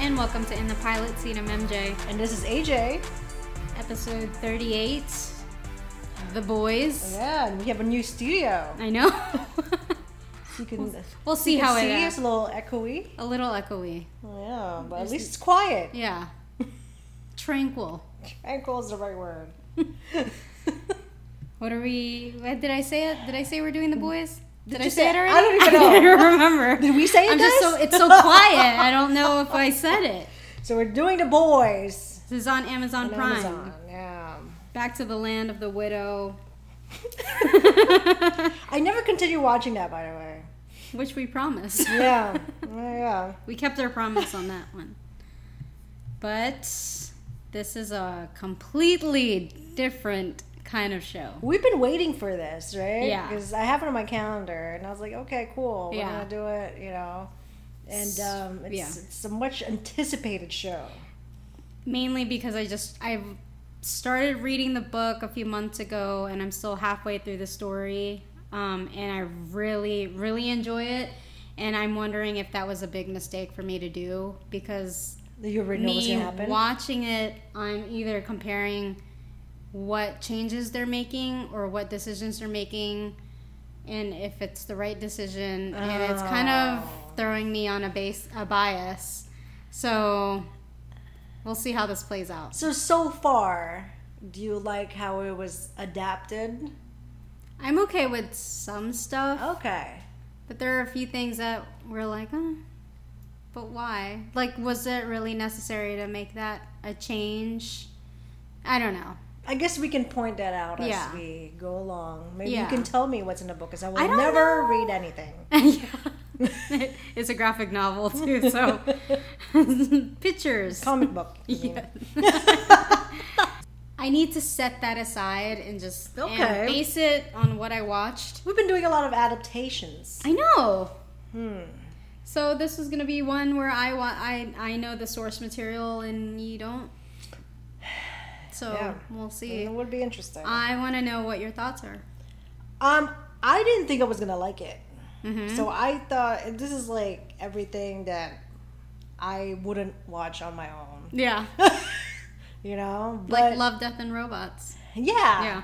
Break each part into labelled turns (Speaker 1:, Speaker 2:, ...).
Speaker 1: and welcome to In the Pilot Seat. I'm MJ.
Speaker 2: And this is AJ.
Speaker 1: Episode 38 The Boys.
Speaker 2: Yeah, and we have a new studio.
Speaker 1: I know.
Speaker 2: So you can
Speaker 1: we'll see
Speaker 2: you can
Speaker 1: how
Speaker 2: see
Speaker 1: it
Speaker 2: it's
Speaker 1: is.
Speaker 2: a little echoey.
Speaker 1: A little echoey.
Speaker 2: Yeah, but at least it's quiet.
Speaker 1: Yeah. Tranquil.
Speaker 2: Tranquil is the right word.
Speaker 1: What are we. What, did I say it? Did I say we're doing The Boys? Did, I
Speaker 2: you
Speaker 1: say,
Speaker 2: say-
Speaker 1: it already?
Speaker 2: I don't even know.
Speaker 1: didn't remember.
Speaker 2: Did we say it,
Speaker 1: I'm just
Speaker 2: guys?
Speaker 1: so. It's so quiet. I don't know if I said it.
Speaker 2: so we're doing the boys
Speaker 1: This is on Amazon
Speaker 2: on
Speaker 1: Prime.
Speaker 2: Amazon. Yeah.
Speaker 1: Back to the Land of the Widow.
Speaker 2: I never continue watching that, by the way.
Speaker 1: Which we promised.
Speaker 2: Yeah. yeah.
Speaker 1: We kept our promise on that one. But this is a completely different kind of show.
Speaker 2: We've been waiting for this, right?
Speaker 1: Yeah.
Speaker 2: Because I have it on my calendar, and I was like, okay, cool. We're
Speaker 1: Yeah.
Speaker 2: gonna do it, you know. And um, it's,
Speaker 1: Yeah.
Speaker 2: it's a much anticipated show.
Speaker 1: Mainly because I just I started reading the book a few months ago and I'm still halfway through the story. Um, and I really, really enjoy it. And I'm wondering if that was a big mistake for me to do because
Speaker 2: You already know what's
Speaker 1: me
Speaker 2: gonna happen.
Speaker 1: watching it, I'm either comparing what changes they're making or what decisions they're making and if it's the right decision and it's kind of
Speaker 2: Oh.
Speaker 1: throwing me on a base a bias. So we'll see how this plays out.
Speaker 2: So so far, do you like how it was adapted?
Speaker 1: I'm okay with some stuff,
Speaker 2: Okay.
Speaker 1: but there are a few things that we're like, "Huh, but why? Like was it really necessary to make that a change? I don't know.
Speaker 2: I guess we can point that out as
Speaker 1: Yeah.
Speaker 2: we go along. Maybe
Speaker 1: Yeah.
Speaker 2: you can tell me what's in the book because I will
Speaker 1: I don't
Speaker 2: never
Speaker 1: know.
Speaker 2: read anything.
Speaker 1: yeah. it's a graphic novel too, so pictures.
Speaker 2: Comic book. I mean.
Speaker 1: Yeah. I need to set that aside and just and
Speaker 2: Okay.
Speaker 1: base it on what I watched.
Speaker 2: We've been doing a lot of adaptations.
Speaker 1: I know.
Speaker 2: Hmm.
Speaker 1: So this is gonna be one where I want I I know the source material and you don't. So
Speaker 2: Yeah.
Speaker 1: we'll see.
Speaker 2: It would be interesting.
Speaker 1: I want to know what your thoughts are.
Speaker 2: Um, I didn't think I was gonna like it.
Speaker 1: Mhm.
Speaker 2: So I thought and this is like everything that I wouldn't watch on my own.
Speaker 1: Yeah,
Speaker 2: you know, but
Speaker 1: like Love, Death, and Robots.
Speaker 2: yeah,
Speaker 1: Yeah,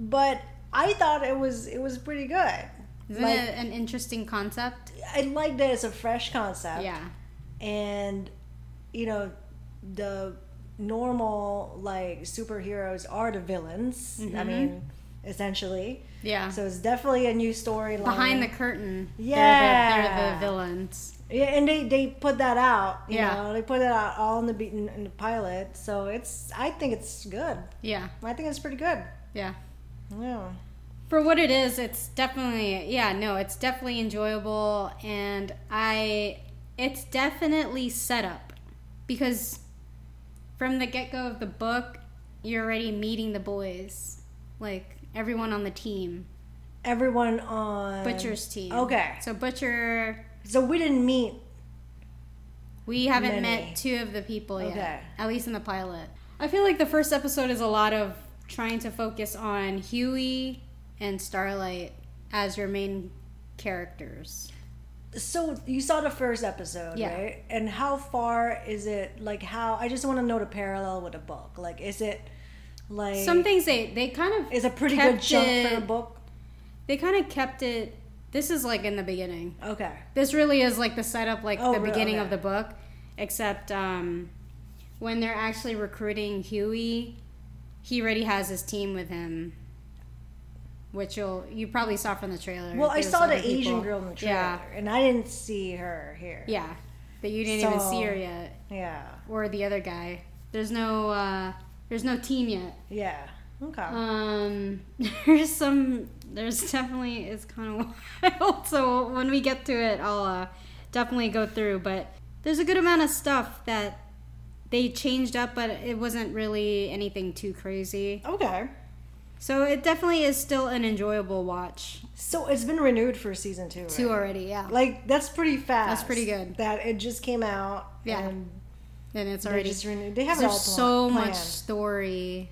Speaker 2: but I thought it was it was pretty good.
Speaker 1: isn't
Speaker 2: Like-
Speaker 1: it an interesting concept?
Speaker 2: I like that it's a fresh concept,
Speaker 1: Yeah.
Speaker 2: and you know, the normal like superheroes are the villains. I
Speaker 1: Mhm.
Speaker 2: mean, essentially.
Speaker 1: Yeah.
Speaker 2: So it's definitely a new storyline
Speaker 1: Behind the curtain. they're the- They're the,
Speaker 2: Yeah.
Speaker 1: villains.
Speaker 2: Yeah, and they they put that out. You
Speaker 1: Yeah.
Speaker 2: know, they put it out all in the beat in, in the pilot. So it's I think it's good.
Speaker 1: Yeah.
Speaker 2: I think it's pretty good.
Speaker 1: Yeah.
Speaker 2: Yeah.
Speaker 1: For what it is, it's definitely, yeah, no, it's definitely enjoyable. And I, it's definitely set up because from the get go of the book, you're already meeting the boys, like everyone on the team,
Speaker 2: Everyone on
Speaker 1: Butcher's team.
Speaker 2: okay.
Speaker 1: So, Butcher,
Speaker 2: So we didn't meet.
Speaker 1: We haven't
Speaker 2: Many.
Speaker 1: met two of the people yet.
Speaker 2: Okay.
Speaker 1: At least in the pilot. I feel like the first episode is a lot of trying to focus on Huey and Starlight as your main characters.
Speaker 2: So you saw the first episode,
Speaker 1: Yeah.
Speaker 2: right? And how far is it? Like how? I just want to know the parallel with the book. Like, is it like
Speaker 1: Some things they they kind of
Speaker 2: Is a pretty
Speaker 1: kept
Speaker 2: good chunk for
Speaker 1: it-
Speaker 2: the book.
Speaker 1: they kind of kept it this is like in the beginning.
Speaker 2: Okay.
Speaker 1: This really is like the setup like
Speaker 2: Oh,
Speaker 1: the
Speaker 2: really?
Speaker 1: beginning of
Speaker 2: Okay.
Speaker 1: the book except um when they're actually recruiting Huey, he already has his team with him. Which you'll you probably saw from the trailer.
Speaker 2: Well, I
Speaker 1: There's
Speaker 2: saw the
Speaker 1: other people.
Speaker 2: Asian girl in the trailer,
Speaker 1: Yeah.
Speaker 2: and I didn't see her here.
Speaker 1: Yeah, but you didn't even see her yet,
Speaker 2: Yeah.
Speaker 1: or the other guy. There's no, uh, there's no team yet.
Speaker 2: Yeah. Okay.
Speaker 1: Um, there's some, there's definitely it's kind of wild. So when we get to it, I'll uh, definitely go through. But there's a good amount of stuff that they changed up, but it wasn't really anything too crazy.
Speaker 2: okay.
Speaker 1: So it definitely is still an enjoyable watch.
Speaker 2: So it's been renewed for season two.
Speaker 1: Two
Speaker 2: right?
Speaker 1: already, yeah,
Speaker 2: Like that's pretty fast.
Speaker 1: That's pretty good.
Speaker 2: That it just came out.
Speaker 1: Yeah.
Speaker 2: And
Speaker 1: and it's
Speaker 2: they
Speaker 1: already
Speaker 2: just renewed. They have it all
Speaker 1: there's so
Speaker 2: planned.
Speaker 1: much story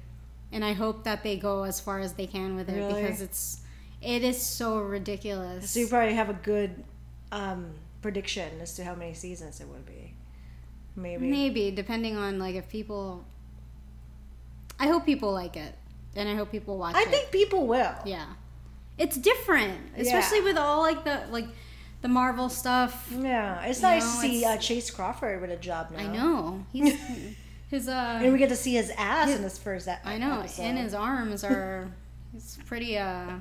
Speaker 1: and i hope that they go as far as they can with it
Speaker 2: Really?
Speaker 1: because it's it is so ridiculous
Speaker 2: So you probably have a good um, prediction as to how many seasons it would be. Maybe.
Speaker 1: Maybe depending on like if people. I hope people like it, and I hope people watch
Speaker 2: I
Speaker 1: it.
Speaker 2: think people will.
Speaker 1: yeah, it's different, especially with all like the like the Marvel stuff.
Speaker 2: Yeah, it's
Speaker 1: You
Speaker 2: nice
Speaker 1: know,
Speaker 2: to see
Speaker 1: it's-
Speaker 2: uh, Chase Crawford with a job now.
Speaker 1: I know he's his uh.
Speaker 2: And we get to see his ass in this first e-, episode.
Speaker 1: I know, and his arms are. He's pretty uh.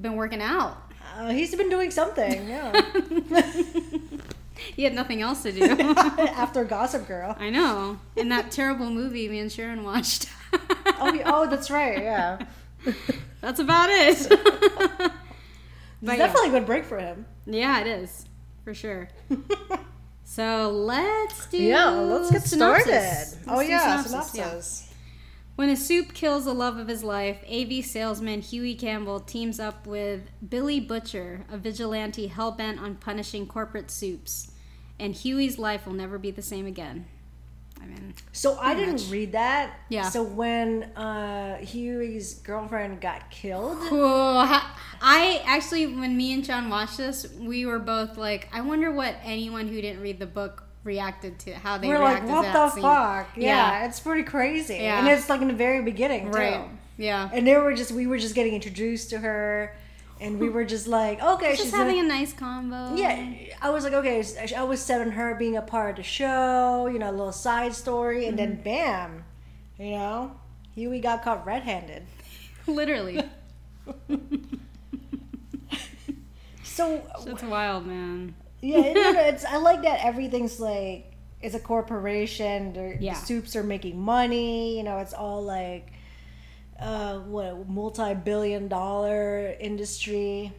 Speaker 1: Been working out.
Speaker 2: Uh, he's been doing something, yeah.
Speaker 1: he had nothing else to do.
Speaker 2: After Gossip Girl.
Speaker 1: I know. And that terrible movie me and Sharon watched.
Speaker 2: Oh, yeah, oh, that's right, yeah.
Speaker 1: That's about it.
Speaker 2: It's
Speaker 1: but yeah.
Speaker 2: definitely a good break for him.
Speaker 1: yeah, it is. For sure. So let's do
Speaker 2: yeah, let's get
Speaker 1: synopsis.
Speaker 2: started. oh,
Speaker 1: Let's do
Speaker 2: yeah,
Speaker 1: synopsis,
Speaker 2: synopsis.
Speaker 1: yeah. When a soup kills the love of his life, AV salesman Huey Campbell teams up with Billy Butcher, a vigilante hell bent on punishing corporate soups, and Huey's life will never be the same again. I mean,
Speaker 2: So I didn't read that.
Speaker 1: Yeah.
Speaker 2: So when uh, Huey's girlfriend got killed,
Speaker 1: Whoa, ha- I actually, when me and John watched this, we were both like, I wonder what anyone who didn't read the book reacted to, how they
Speaker 2: we're like,
Speaker 1: reacted
Speaker 2: what
Speaker 1: to
Speaker 2: the
Speaker 1: that scene.
Speaker 2: fuck? Yeah,
Speaker 1: Yeah.
Speaker 2: it's pretty crazy.
Speaker 1: Yeah.
Speaker 2: And it's like in the very beginning, too.
Speaker 1: Right. Yeah.
Speaker 2: And they were just, we were just getting introduced to her, and we were just like, okay,
Speaker 1: Just
Speaker 2: she's in-
Speaker 1: having a nice combo.
Speaker 2: Yeah, I was like, okay, s- I was set on her being a part of the show, you know, a little side story, and
Speaker 1: Mm-hmm.
Speaker 2: then bam, you know, Huey got caught red handed.
Speaker 1: Literally.
Speaker 2: So,
Speaker 1: That's wild, man.
Speaker 2: yeah, it- it's, I like that everything's like, it's a corporation, they're-
Speaker 1: Yeah.
Speaker 2: the soups are making money, you know, it's all like, uh, what, multi billion dollar industry.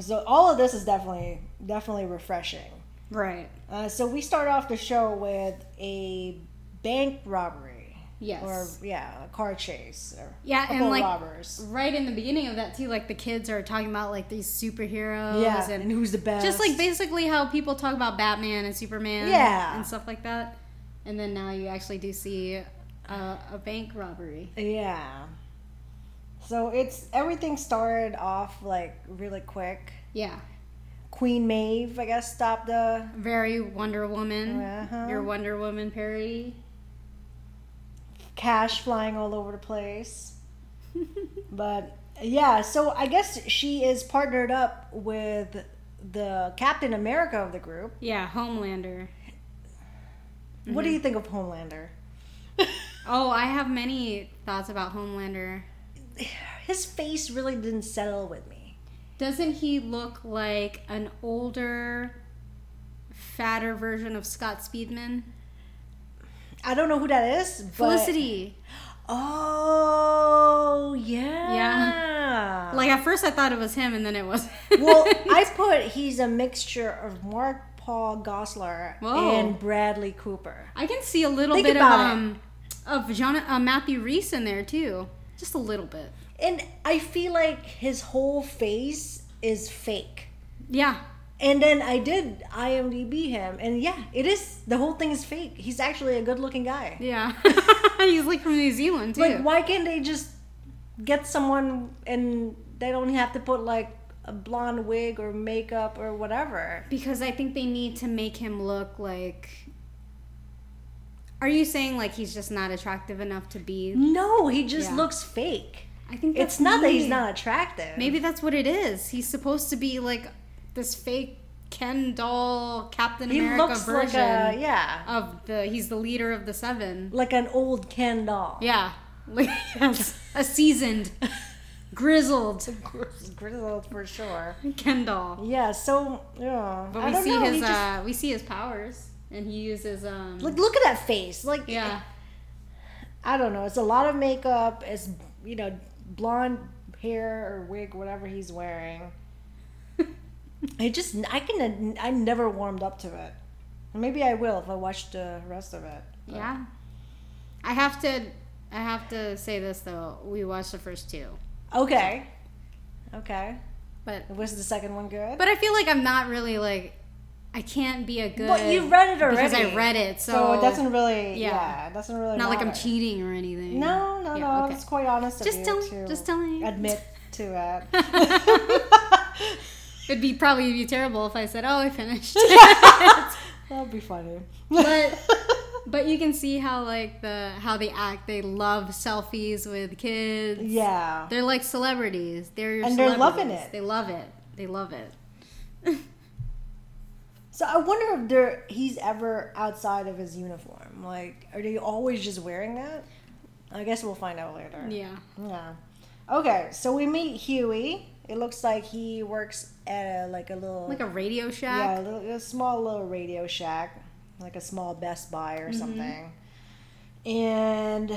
Speaker 2: So, all of this is definitely, definitely refreshing.
Speaker 1: Right.
Speaker 2: Uh, so, we start off the show with a bank robbery.
Speaker 1: Yes.
Speaker 2: or yeah, a car chase or
Speaker 1: Yeah,
Speaker 2: couple
Speaker 1: and, like-
Speaker 2: robbers.
Speaker 1: right in the beginning of that, too, like the kids are talking about like these superheroes
Speaker 2: Yeah, and,
Speaker 1: and
Speaker 2: who's the best?
Speaker 1: just like basically how people talk about Batman and Superman,
Speaker 2: Yeah.
Speaker 1: and stuff like that. And then now you actually do see uh, a bank robbery.
Speaker 2: yeah. So it's everything started off like really quick.
Speaker 1: Yeah,
Speaker 2: Queen Maeve, I guess, stopped the.
Speaker 1: very Wonder Woman.
Speaker 2: Uh-huh.
Speaker 1: Your Wonder Woman parody.
Speaker 2: cash flying all over the place. but yeah, so I guess she is partnered up with the Captain America of the group.
Speaker 1: yeah, Homelander.
Speaker 2: What do you think of Homelander?
Speaker 1: Oh, I have many thoughts about Homelander.
Speaker 2: His face really didn't settle with me.
Speaker 1: Doesn't he look like an older, fatter version of Scott Speedman?
Speaker 2: I don't know who that is, but
Speaker 1: Felicity.
Speaker 2: Oh yeah. Yeah.
Speaker 1: Like at first I thought it was him, and then it was.
Speaker 2: well, I put he's a mixture of Mark Paul Gosselaar
Speaker 1: Whoa.
Speaker 2: and Bradley Cooper.
Speaker 1: I can see a little
Speaker 2: Think
Speaker 1: bit of
Speaker 2: about it.
Speaker 1: um of John uh, Matthew Reese in there too, just a little bit.
Speaker 2: And I feel like his whole face is fake.
Speaker 1: Yeah,
Speaker 2: And then I did IMDb him, and yeah, it is. The whole thing is fake. He's actually a good-looking guy.
Speaker 1: yeah. He's like from New Zealand too.
Speaker 2: Like, why can't they just get someone and they don't have to put like a blonde wig or makeup or whatever?
Speaker 1: because I think they need to make him look like. Are you saying like he's just not attractive enough to be?
Speaker 2: No, he just
Speaker 1: Yeah.
Speaker 2: looks fake.
Speaker 1: I think that's
Speaker 2: It's not that he's
Speaker 1: maybe-
Speaker 2: not attractive.
Speaker 1: Maybe that's what it is. He's supposed to be like this fake Ken doll Captain
Speaker 2: he
Speaker 1: America
Speaker 2: looks like
Speaker 1: version
Speaker 2: a yeah,
Speaker 1: of the. He's the leader of the Seven.
Speaker 2: like an old Ken doll.
Speaker 1: Yeah. Like, yes. A seasoned, grizzled
Speaker 2: grizzled for sure.
Speaker 1: Kendall.
Speaker 2: Yeah. So yeah,
Speaker 1: But
Speaker 2: I
Speaker 1: we
Speaker 2: don't
Speaker 1: see
Speaker 2: know.
Speaker 1: his
Speaker 2: he just,
Speaker 1: uh, we see his powers and he uses um
Speaker 2: like look at that face. Like
Speaker 1: yeah.
Speaker 2: I don't know. It's a lot of makeup. It's you know blonde hair or wig, whatever he's wearing. I just I can I never warmed up to it. Maybe I will if I watch the rest of it. but-
Speaker 1: Yeah. I have to I have to say this though. We watched the first two.
Speaker 2: Okay. Okay.
Speaker 1: But
Speaker 2: Was the second one good?
Speaker 1: but I feel like I'm not really like I can't be a good
Speaker 2: But you read it already.
Speaker 1: because I read it, so,
Speaker 2: So it doesn't really.
Speaker 1: Yeah.
Speaker 2: Yeah. it doesn't really.
Speaker 1: not like I'm
Speaker 2: matter.
Speaker 1: cheating or anything.
Speaker 2: No, no,
Speaker 1: Yeah,
Speaker 2: no.
Speaker 1: okay.
Speaker 2: It's quite honest of
Speaker 1: Just
Speaker 2: you
Speaker 1: tell
Speaker 2: to
Speaker 1: just tell me.
Speaker 2: admit to it.
Speaker 1: It'd be probably be terrible if I said, "Oh, I finished."
Speaker 2: That'd be funny.
Speaker 1: But but you can see how like the how they act. They love selfies with kids.
Speaker 2: yeah.
Speaker 1: They're like celebrities. They're
Speaker 2: And they're loving
Speaker 1: celebrities.
Speaker 2: it.
Speaker 1: They love it. They love it.
Speaker 2: So I wonder if there he's ever outside of his uniform. Like, are they always just wearing that? I guess we'll find out later.
Speaker 1: Yeah.
Speaker 2: Yeah. Okay, so we meet Huey. It looks like he works at a, like a little
Speaker 1: Like a Radio
Speaker 2: yeah, a,
Speaker 1: Shack.
Speaker 2: little, a small little Radio Shack, like a small Best Buy
Speaker 1: Mm-hmm.
Speaker 2: or something. And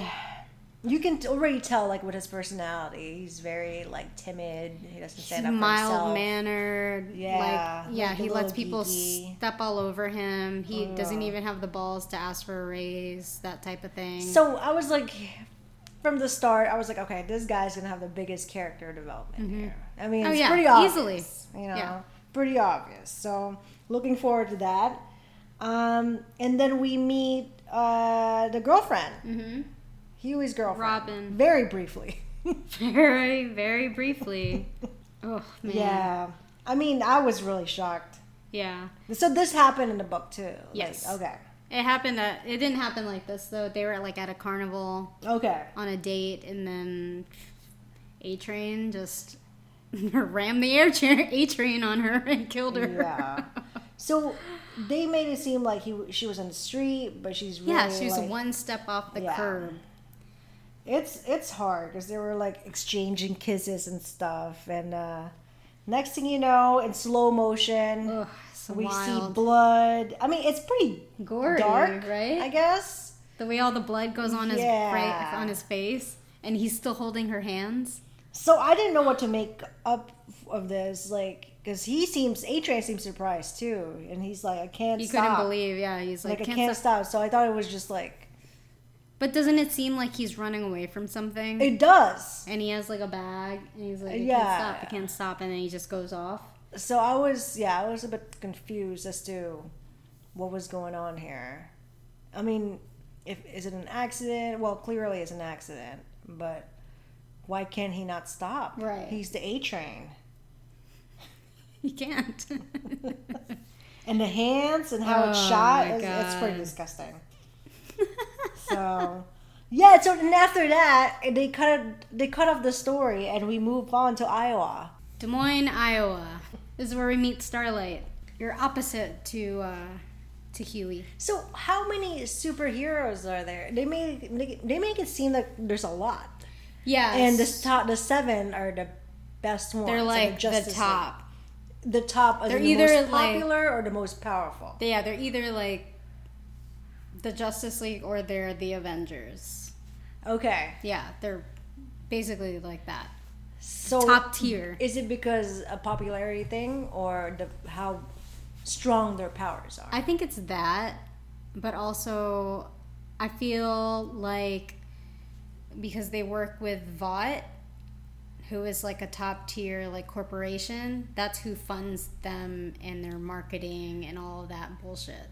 Speaker 2: you can t- already tell like with his personality, he's very like timid. He doesn't
Speaker 1: He's
Speaker 2: stand up for
Speaker 1: mild
Speaker 2: himself.
Speaker 1: mannered.
Speaker 2: Yeah,
Speaker 1: Like, yeah,
Speaker 2: like a
Speaker 1: he lets
Speaker 2: little
Speaker 1: people
Speaker 2: geeky.
Speaker 1: step all over him. He
Speaker 2: Yeah.
Speaker 1: doesn't even have the balls to ask for a raise, that type of thing.
Speaker 2: So I was like, from the start, I was like, okay, this guy's gonna have the biggest character development here. I mean,
Speaker 1: Oh,
Speaker 2: it's
Speaker 1: yeah,
Speaker 2: pretty obvious,
Speaker 1: easily.
Speaker 2: you know,
Speaker 1: Yeah.
Speaker 2: pretty obvious. So looking forward to that. Um, and then we meet uh, the girlfriend,
Speaker 1: hmm
Speaker 2: Huey's girlfriend,
Speaker 1: Robin.
Speaker 2: very briefly.
Speaker 1: Very, very briefly. oh, man. Yeah.
Speaker 2: yeah, I mean, I was really shocked.
Speaker 1: yeah.
Speaker 2: So this happened in the book too. Like,
Speaker 1: Yes.
Speaker 2: okay.
Speaker 1: It happened at, it didn't happen like this, though. They were like at a carnival
Speaker 2: Okay.
Speaker 1: on a date, and then A Train just rammed the air chair, A Train on her and killed her.
Speaker 2: Yeah. So they made it seem like he she was on the street, but she's really
Speaker 1: yeah, she was
Speaker 2: like,
Speaker 1: one step off the
Speaker 2: Yeah.
Speaker 1: curb.
Speaker 2: It's it's hard because they were like exchanging kisses and stuff, and uh, next thing you know, in slow motion,
Speaker 1: Ugh, so
Speaker 2: we see
Speaker 1: wild.
Speaker 2: blood. I mean, it's pretty
Speaker 1: gory,
Speaker 2: dark,
Speaker 1: right?
Speaker 2: I guess.
Speaker 1: the way all the blood goes on his
Speaker 2: Yeah.
Speaker 1: right on his face, and he's still holding her hands.
Speaker 2: So I didn't know what to make up of this, like because he seems A Train seems surprised too, and he's like, I can't.
Speaker 1: You
Speaker 2: stop.
Speaker 1: couldn't believe, yeah. He's like,
Speaker 2: like, I
Speaker 1: can't
Speaker 2: can't
Speaker 1: stop."
Speaker 2: stop. So I thought it was just like
Speaker 1: But doesn't it seem like he's running away from something?
Speaker 2: it does.
Speaker 1: and he has like a bag, and he's like, I
Speaker 2: Yeah.
Speaker 1: can't stop, I can't stop, and then he just goes off.
Speaker 2: So I was, yeah, I was a bit confused as to what was going on here. I mean, if is it an accident? Well, clearly it's an accident, but why can't he not stop?
Speaker 1: Right.
Speaker 2: He's the A train.
Speaker 1: He can't.
Speaker 2: And the hands and how it's
Speaker 1: Oh,
Speaker 2: shot,
Speaker 1: my
Speaker 2: is, it's pretty
Speaker 1: God.
Speaker 2: disgusting. So, yeah, so then after that, they cut they cut off the story and we move on to Iowa.
Speaker 1: Des Moines, Iowa. This is where we meet Starlight. You're opposite to uh, to Huey.
Speaker 2: So, how many superheroes are there? They make they make it seem like there's a lot.
Speaker 1: Yeah,
Speaker 2: and the top, the seven are the best ones.
Speaker 1: they're
Speaker 2: and
Speaker 1: like the
Speaker 2: Justice
Speaker 1: top.
Speaker 2: League- the top are
Speaker 1: They're
Speaker 2: the
Speaker 1: either
Speaker 2: most
Speaker 1: like-
Speaker 2: popular or the most powerful.
Speaker 1: They- yeah, they're either like the Justice League or they're the Avengers.
Speaker 2: Okay,
Speaker 1: Yeah, they're basically like that.
Speaker 2: so
Speaker 1: Top tier.
Speaker 2: is it because a popularity thing or the how strong their powers are?
Speaker 1: I think it's that, but also I feel like because they work with Vought, who is like a top tier like corporation, that's who funds them and their marketing and all of that bullshit.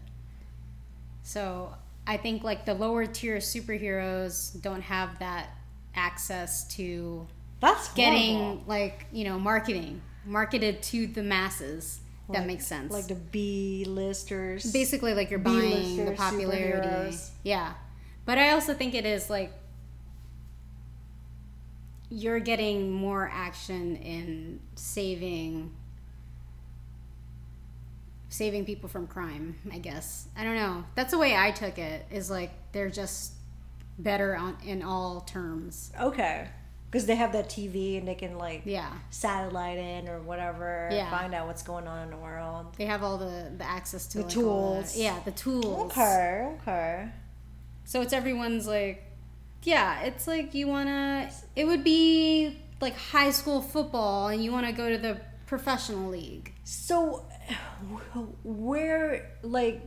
Speaker 1: So I think like the lower tier superheroes don't have that access to
Speaker 2: That's
Speaker 1: getting
Speaker 2: horrible.
Speaker 1: like you know marketing marketed to the masses. That
Speaker 2: Like-
Speaker 1: makes sense
Speaker 2: like the B listers.
Speaker 1: basically like you're buying
Speaker 2: B-lister
Speaker 1: the popularity.
Speaker 2: superheroes.
Speaker 1: Yeah. But I also think it is like you're getting more action in saving saving people from crime, I guess. I don't know. That's the way I took it is like they're just better on in all terms.
Speaker 2: okay, because they have that TV and they can like
Speaker 1: Yeah.
Speaker 2: satellite in or whatever,
Speaker 1: Yeah.
Speaker 2: find out what's going on in the world.
Speaker 1: They have all the, the access to
Speaker 2: The
Speaker 1: like, all the-
Speaker 2: tools.
Speaker 1: yeah, the tools.
Speaker 2: Okay, okay.
Speaker 1: So it's everyone's like, yeah, it's like you wanna, it would be like high school football and you wanna go to the professional league.
Speaker 2: So, where, like,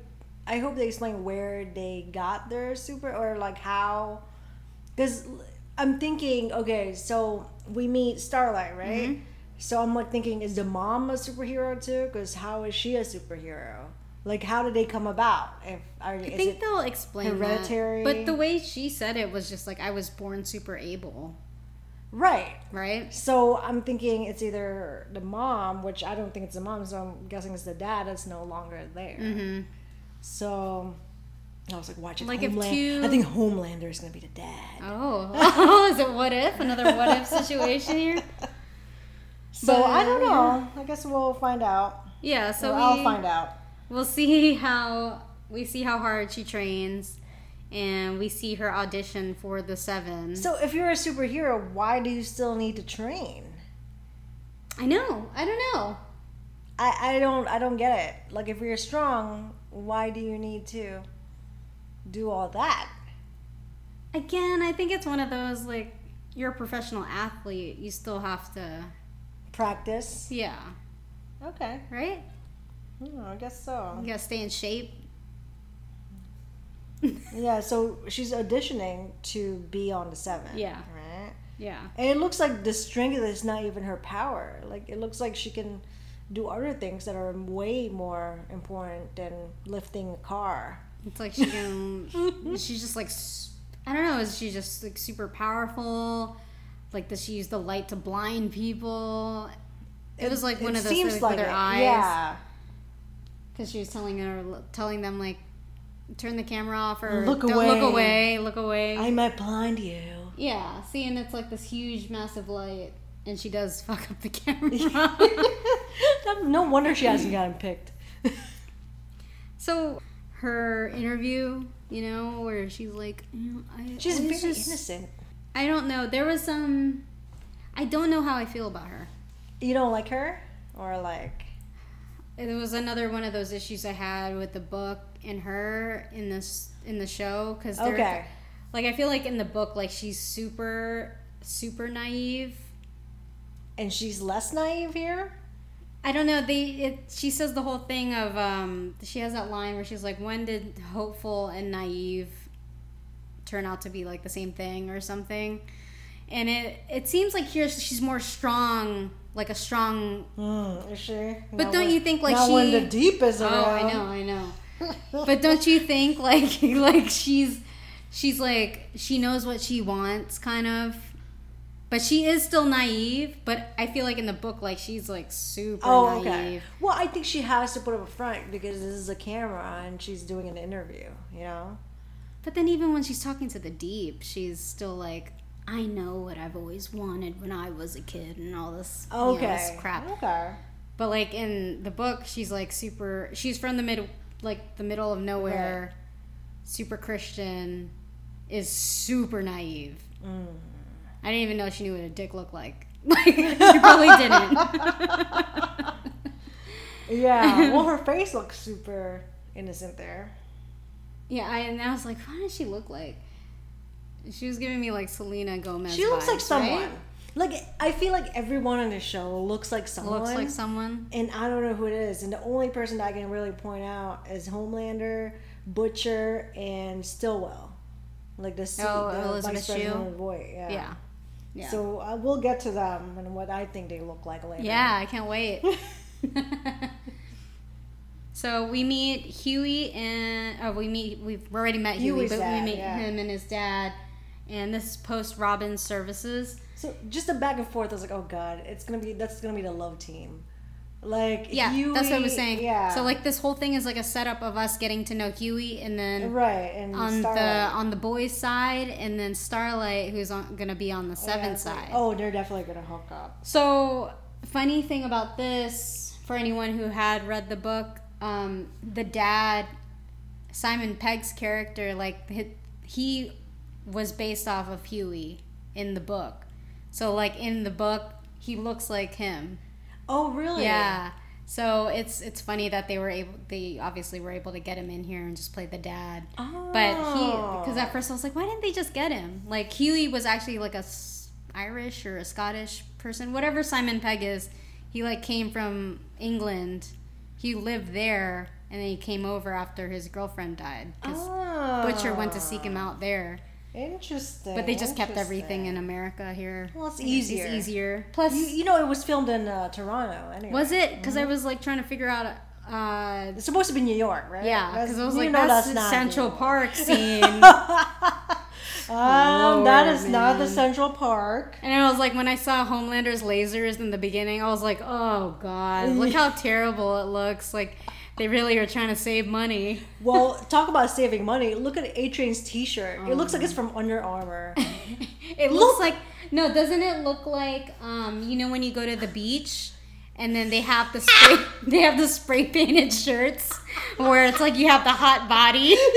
Speaker 2: I hope they explain where they got their super, or like how. Because I'm thinking, okay, so we meet Starlight, right?
Speaker 1: Mm-hmm.
Speaker 2: So I'm like thinking, is the mom a superhero too? Because how is she a superhero? Like, how did they come about? If are,
Speaker 1: I
Speaker 2: is
Speaker 1: think
Speaker 2: it,
Speaker 1: they'll explain
Speaker 2: hereditary?
Speaker 1: That. But the way she said it was just like, I was born super able,
Speaker 2: right?
Speaker 1: right?
Speaker 2: So I'm thinking it's either the mom, which I don't think it's the mom, so I'm guessing it's the dad that's no longer there.
Speaker 1: Mm-hmm.
Speaker 2: So I was like watching
Speaker 1: Like if
Speaker 2: Homeland.
Speaker 1: two-
Speaker 2: I think Homelander is gonna be the dad.
Speaker 1: Oh, oh, is it what if another what if situation here?
Speaker 2: So
Speaker 1: But,
Speaker 2: I don't
Speaker 1: yeah.
Speaker 2: know. I guess we'll find out.
Speaker 1: Yeah, so
Speaker 2: So
Speaker 1: we,
Speaker 2: I'll find out.
Speaker 1: we'll see how we see how hard she trains, and we see her audition for the seven.
Speaker 2: So if you're a superhero, why do you still need to train?
Speaker 1: I know, I don't know.
Speaker 2: I, I don't I don't get it. Like if you're strong, why do you need to do all that?
Speaker 1: Again, I think it's one of those like you're a professional athlete, you still have to,
Speaker 2: Practice.
Speaker 1: yeah,
Speaker 2: Okay.
Speaker 1: right?
Speaker 2: Hmm, I guess
Speaker 1: You
Speaker 2: so.
Speaker 1: gotta stay in shape.
Speaker 2: Yeah, so she's auditioning to be on the seven.
Speaker 1: Yeah.
Speaker 2: Right.
Speaker 1: Yeah,
Speaker 2: And it looks like the strength is not even her power. Like it looks like she can do other things that are way more important than lifting a car.
Speaker 1: it's like she can. she's just like s- I don't know. Is she just like super powerful? Like does she use the light to blind people? It, was like one
Speaker 2: It
Speaker 1: of those things with her
Speaker 2: it.
Speaker 1: eyes.
Speaker 2: Yeah.
Speaker 1: because she was telling her, telling them like, turn the camera off or
Speaker 2: Look
Speaker 1: "Don't
Speaker 2: away."
Speaker 1: look away, look away.
Speaker 2: I might blind you.
Speaker 1: yeah, see, and it's like this huge, massive light, and she does fuck up the camera.
Speaker 2: That- no wonder she hasn't gotten picked.
Speaker 1: so her interview, you know, where she's like, you know, I,
Speaker 2: She's
Speaker 1: I
Speaker 2: very
Speaker 1: was just-
Speaker 2: innocent.
Speaker 1: I don't know. There was some. I don't know how I feel about her.
Speaker 2: You don't like her, or like
Speaker 1: It was another one of those issues I had with the book and her in this in the show because
Speaker 2: okay,
Speaker 1: like I feel like in the book like she's super super naive.
Speaker 2: and she's less naive here.
Speaker 1: I don't know. They it, she says the whole thing of um she has that line where she's like, when did hopeful and naive turn out to be like the same thing or something? And it it seems like here she's more strong, like a strong.
Speaker 2: Mm, is she?
Speaker 1: But don't you think like
Speaker 2: not
Speaker 1: she?
Speaker 2: when the deep is
Speaker 1: oh,
Speaker 2: around?
Speaker 1: I know, I know. but don't you think like like she's she's like she knows what she wants kind of but she is still naive but i feel like in the book like she's like super
Speaker 2: Oh,
Speaker 1: naive
Speaker 2: okay. Well, I think she has to put up a front because this is a camera and she's doing an interview. You know.
Speaker 1: but then even when she's talking to the deep she's still like i know what i've always wanted when i was a kid and all this, you know,
Speaker 2: Okay.
Speaker 1: this crap
Speaker 2: Okay.
Speaker 1: but like in the book she's like super she's from the mid like the middle of nowhere super christian is super naive
Speaker 2: Mm.
Speaker 1: i didn't even know she knew what a dick looked like like she probably didn't
Speaker 2: Yeah. well, her face looks super innocent there.
Speaker 1: yeah I, and i was like what does she look like she was giving me like selena gomez
Speaker 2: She looks like
Speaker 1: vibes,
Speaker 2: someone.
Speaker 1: right?
Speaker 2: Like I feel like everyone on the show looks like someone.
Speaker 1: looks like someone
Speaker 2: and I don't know who it is. And the only person that I can really point out is Homelander, Butcher, and Stillwell. Like the, seat,
Speaker 1: Oh,
Speaker 2: the
Speaker 1: Elizabeth
Speaker 2: vice
Speaker 1: Shue?
Speaker 2: president of Voight. Yeah.
Speaker 1: yeah yeah
Speaker 2: So uh, we'll get to them and what I think they look like later.
Speaker 1: Yeah, I can't wait. so we meet Huey and oh, we meet we've already met Huey,
Speaker 2: Huey's
Speaker 1: but
Speaker 2: dad,
Speaker 1: we meet
Speaker 2: yeah.
Speaker 1: him and his dad. And this is post Robin services.
Speaker 2: So just the back and forth, I was like, oh god, it's gonna be that's gonna be the love team. Like
Speaker 1: Yeah, that's what I was
Speaker 2: Huey-
Speaker 1: saying.
Speaker 2: Yeah.
Speaker 1: So like this whole thing is like a setup of us getting to know Huey, and then
Speaker 2: right and
Speaker 1: on
Speaker 2: Starlight.
Speaker 1: the on the boys' side, and then Starlight, who's on, gonna be on the
Speaker 2: Yeah,
Speaker 1: seven
Speaker 2: it's like,
Speaker 1: side.
Speaker 2: oh, they're definitely gonna hook up.
Speaker 1: So, funny thing about this, for anyone who had read the book, um, the dad, Simon Pegg's character, like hi- he was based off of Huey in the book. So, like in the book, he looks like him.
Speaker 2: Oh really?
Speaker 1: Yeah. So it's it's funny that they were able they obviously were able to get him in here and just play the dad.
Speaker 2: Oh.
Speaker 1: But he because at first I was like, why didn't they just get him? Like Huey was actually like a S- Irish or a Scottish person, whatever Simon Pegg is. He like came from England. He lived there, and then he came over after his girlfriend died. 'cause
Speaker 2: oh.
Speaker 1: Butcher went to seek him out there,
Speaker 2: Interesting.
Speaker 1: but they just kept everything in
Speaker 2: interesting.
Speaker 1: America here.
Speaker 2: Well, it's
Speaker 1: It's
Speaker 2: easier.
Speaker 1: easier. Plus,
Speaker 2: You, e you know, it was filmed in uh, Toronto. Anyway,
Speaker 1: was it? Because
Speaker 2: Mm-hmm.
Speaker 1: I was like trying to figure out. Uh,
Speaker 2: It's supposed to be New York, right?
Speaker 1: yeah,
Speaker 2: That's-
Speaker 1: because I was
Speaker 2: you
Speaker 1: like,
Speaker 2: know
Speaker 1: that's, the
Speaker 2: not
Speaker 1: Central
Speaker 2: New York.
Speaker 1: Park scene.
Speaker 2: Um, that
Speaker 1: Lord,
Speaker 2: is not the
Speaker 1: man.
Speaker 2: Central Park.
Speaker 1: And I was like, when I saw Homelander's lasers in the beginning, I was like, oh god, look how terrible it looks. Like They really are trying to save money.
Speaker 2: Well, talk about saving money. Look at A Train's t shirt. It looks like it's from Under Armour.
Speaker 1: It looks like no, doesn't it look like um, you know when you go to the beach and then they have the spray
Speaker 2: Ah!
Speaker 1: they have the spray painted shirts where it's like you have the hot body.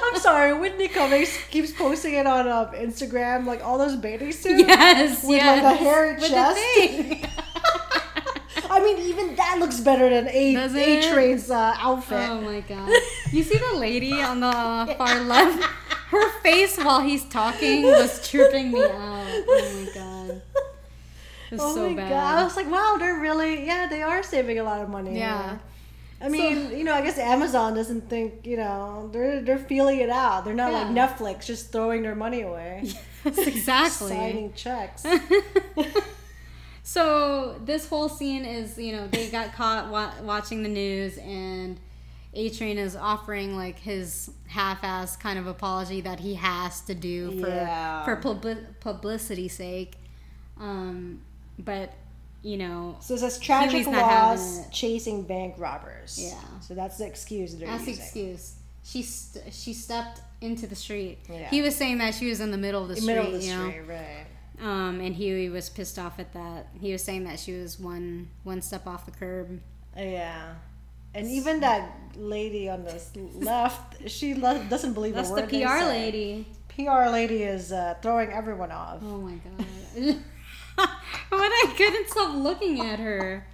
Speaker 2: I'm sorry, Whitney Cummings keeps posting it on um, Instagram, like all those bathing suits.
Speaker 1: yes,
Speaker 2: With, like,
Speaker 1: yes.
Speaker 2: the hairy
Speaker 1: With the
Speaker 2: chest.
Speaker 1: thing.
Speaker 2: I mean, even that looks better than A,
Speaker 1: Does
Speaker 2: A
Speaker 1: it?
Speaker 2: Train's uh, outfit.
Speaker 1: oh my god! You see the lady on the far left? Her face while he's talking was tripping me out. Oh my god! It was
Speaker 2: Oh
Speaker 1: so
Speaker 2: my
Speaker 1: bad.
Speaker 2: god! I was like, wow, they're really yeah, they are saving a lot of money.
Speaker 1: Yeah.
Speaker 2: I mean, you know, I guess Amazon doesn't think you know they're they're feeling it out. They're not
Speaker 1: Yeah.
Speaker 2: like Netflix just throwing their money away,
Speaker 1: Yes, exactly.
Speaker 2: signing checks.
Speaker 1: so this whole scene is you know they got caught wa- watching the news and A Train is offering like his half-ass kind of apology that he has to do for
Speaker 2: Yeah.
Speaker 1: for publi- publicity's sake, um, but you know
Speaker 2: so it says tragic
Speaker 1: Huey's not
Speaker 2: laws
Speaker 1: having it.
Speaker 2: chasing bank robbers.
Speaker 1: Yeah.
Speaker 2: So that's the excuse they're
Speaker 1: that's the
Speaker 2: using.
Speaker 1: excuse. She st- she stepped into the street.
Speaker 2: Yeah.
Speaker 1: He was saying that she was in the middle of the street.
Speaker 2: Middle of the
Speaker 1: you know?
Speaker 2: street, right?
Speaker 1: Um, and Huey was pissed off at that. He was saying that she was one one step off the curb.
Speaker 2: Yeah. And even that lady on the s- left, she lo- doesn't believe
Speaker 1: That's
Speaker 2: a
Speaker 1: the
Speaker 2: word they
Speaker 1: PR
Speaker 2: say.
Speaker 1: lady.
Speaker 2: PR lady is uh, throwing everyone off.
Speaker 1: Oh my god. when I couldn't stop looking at her.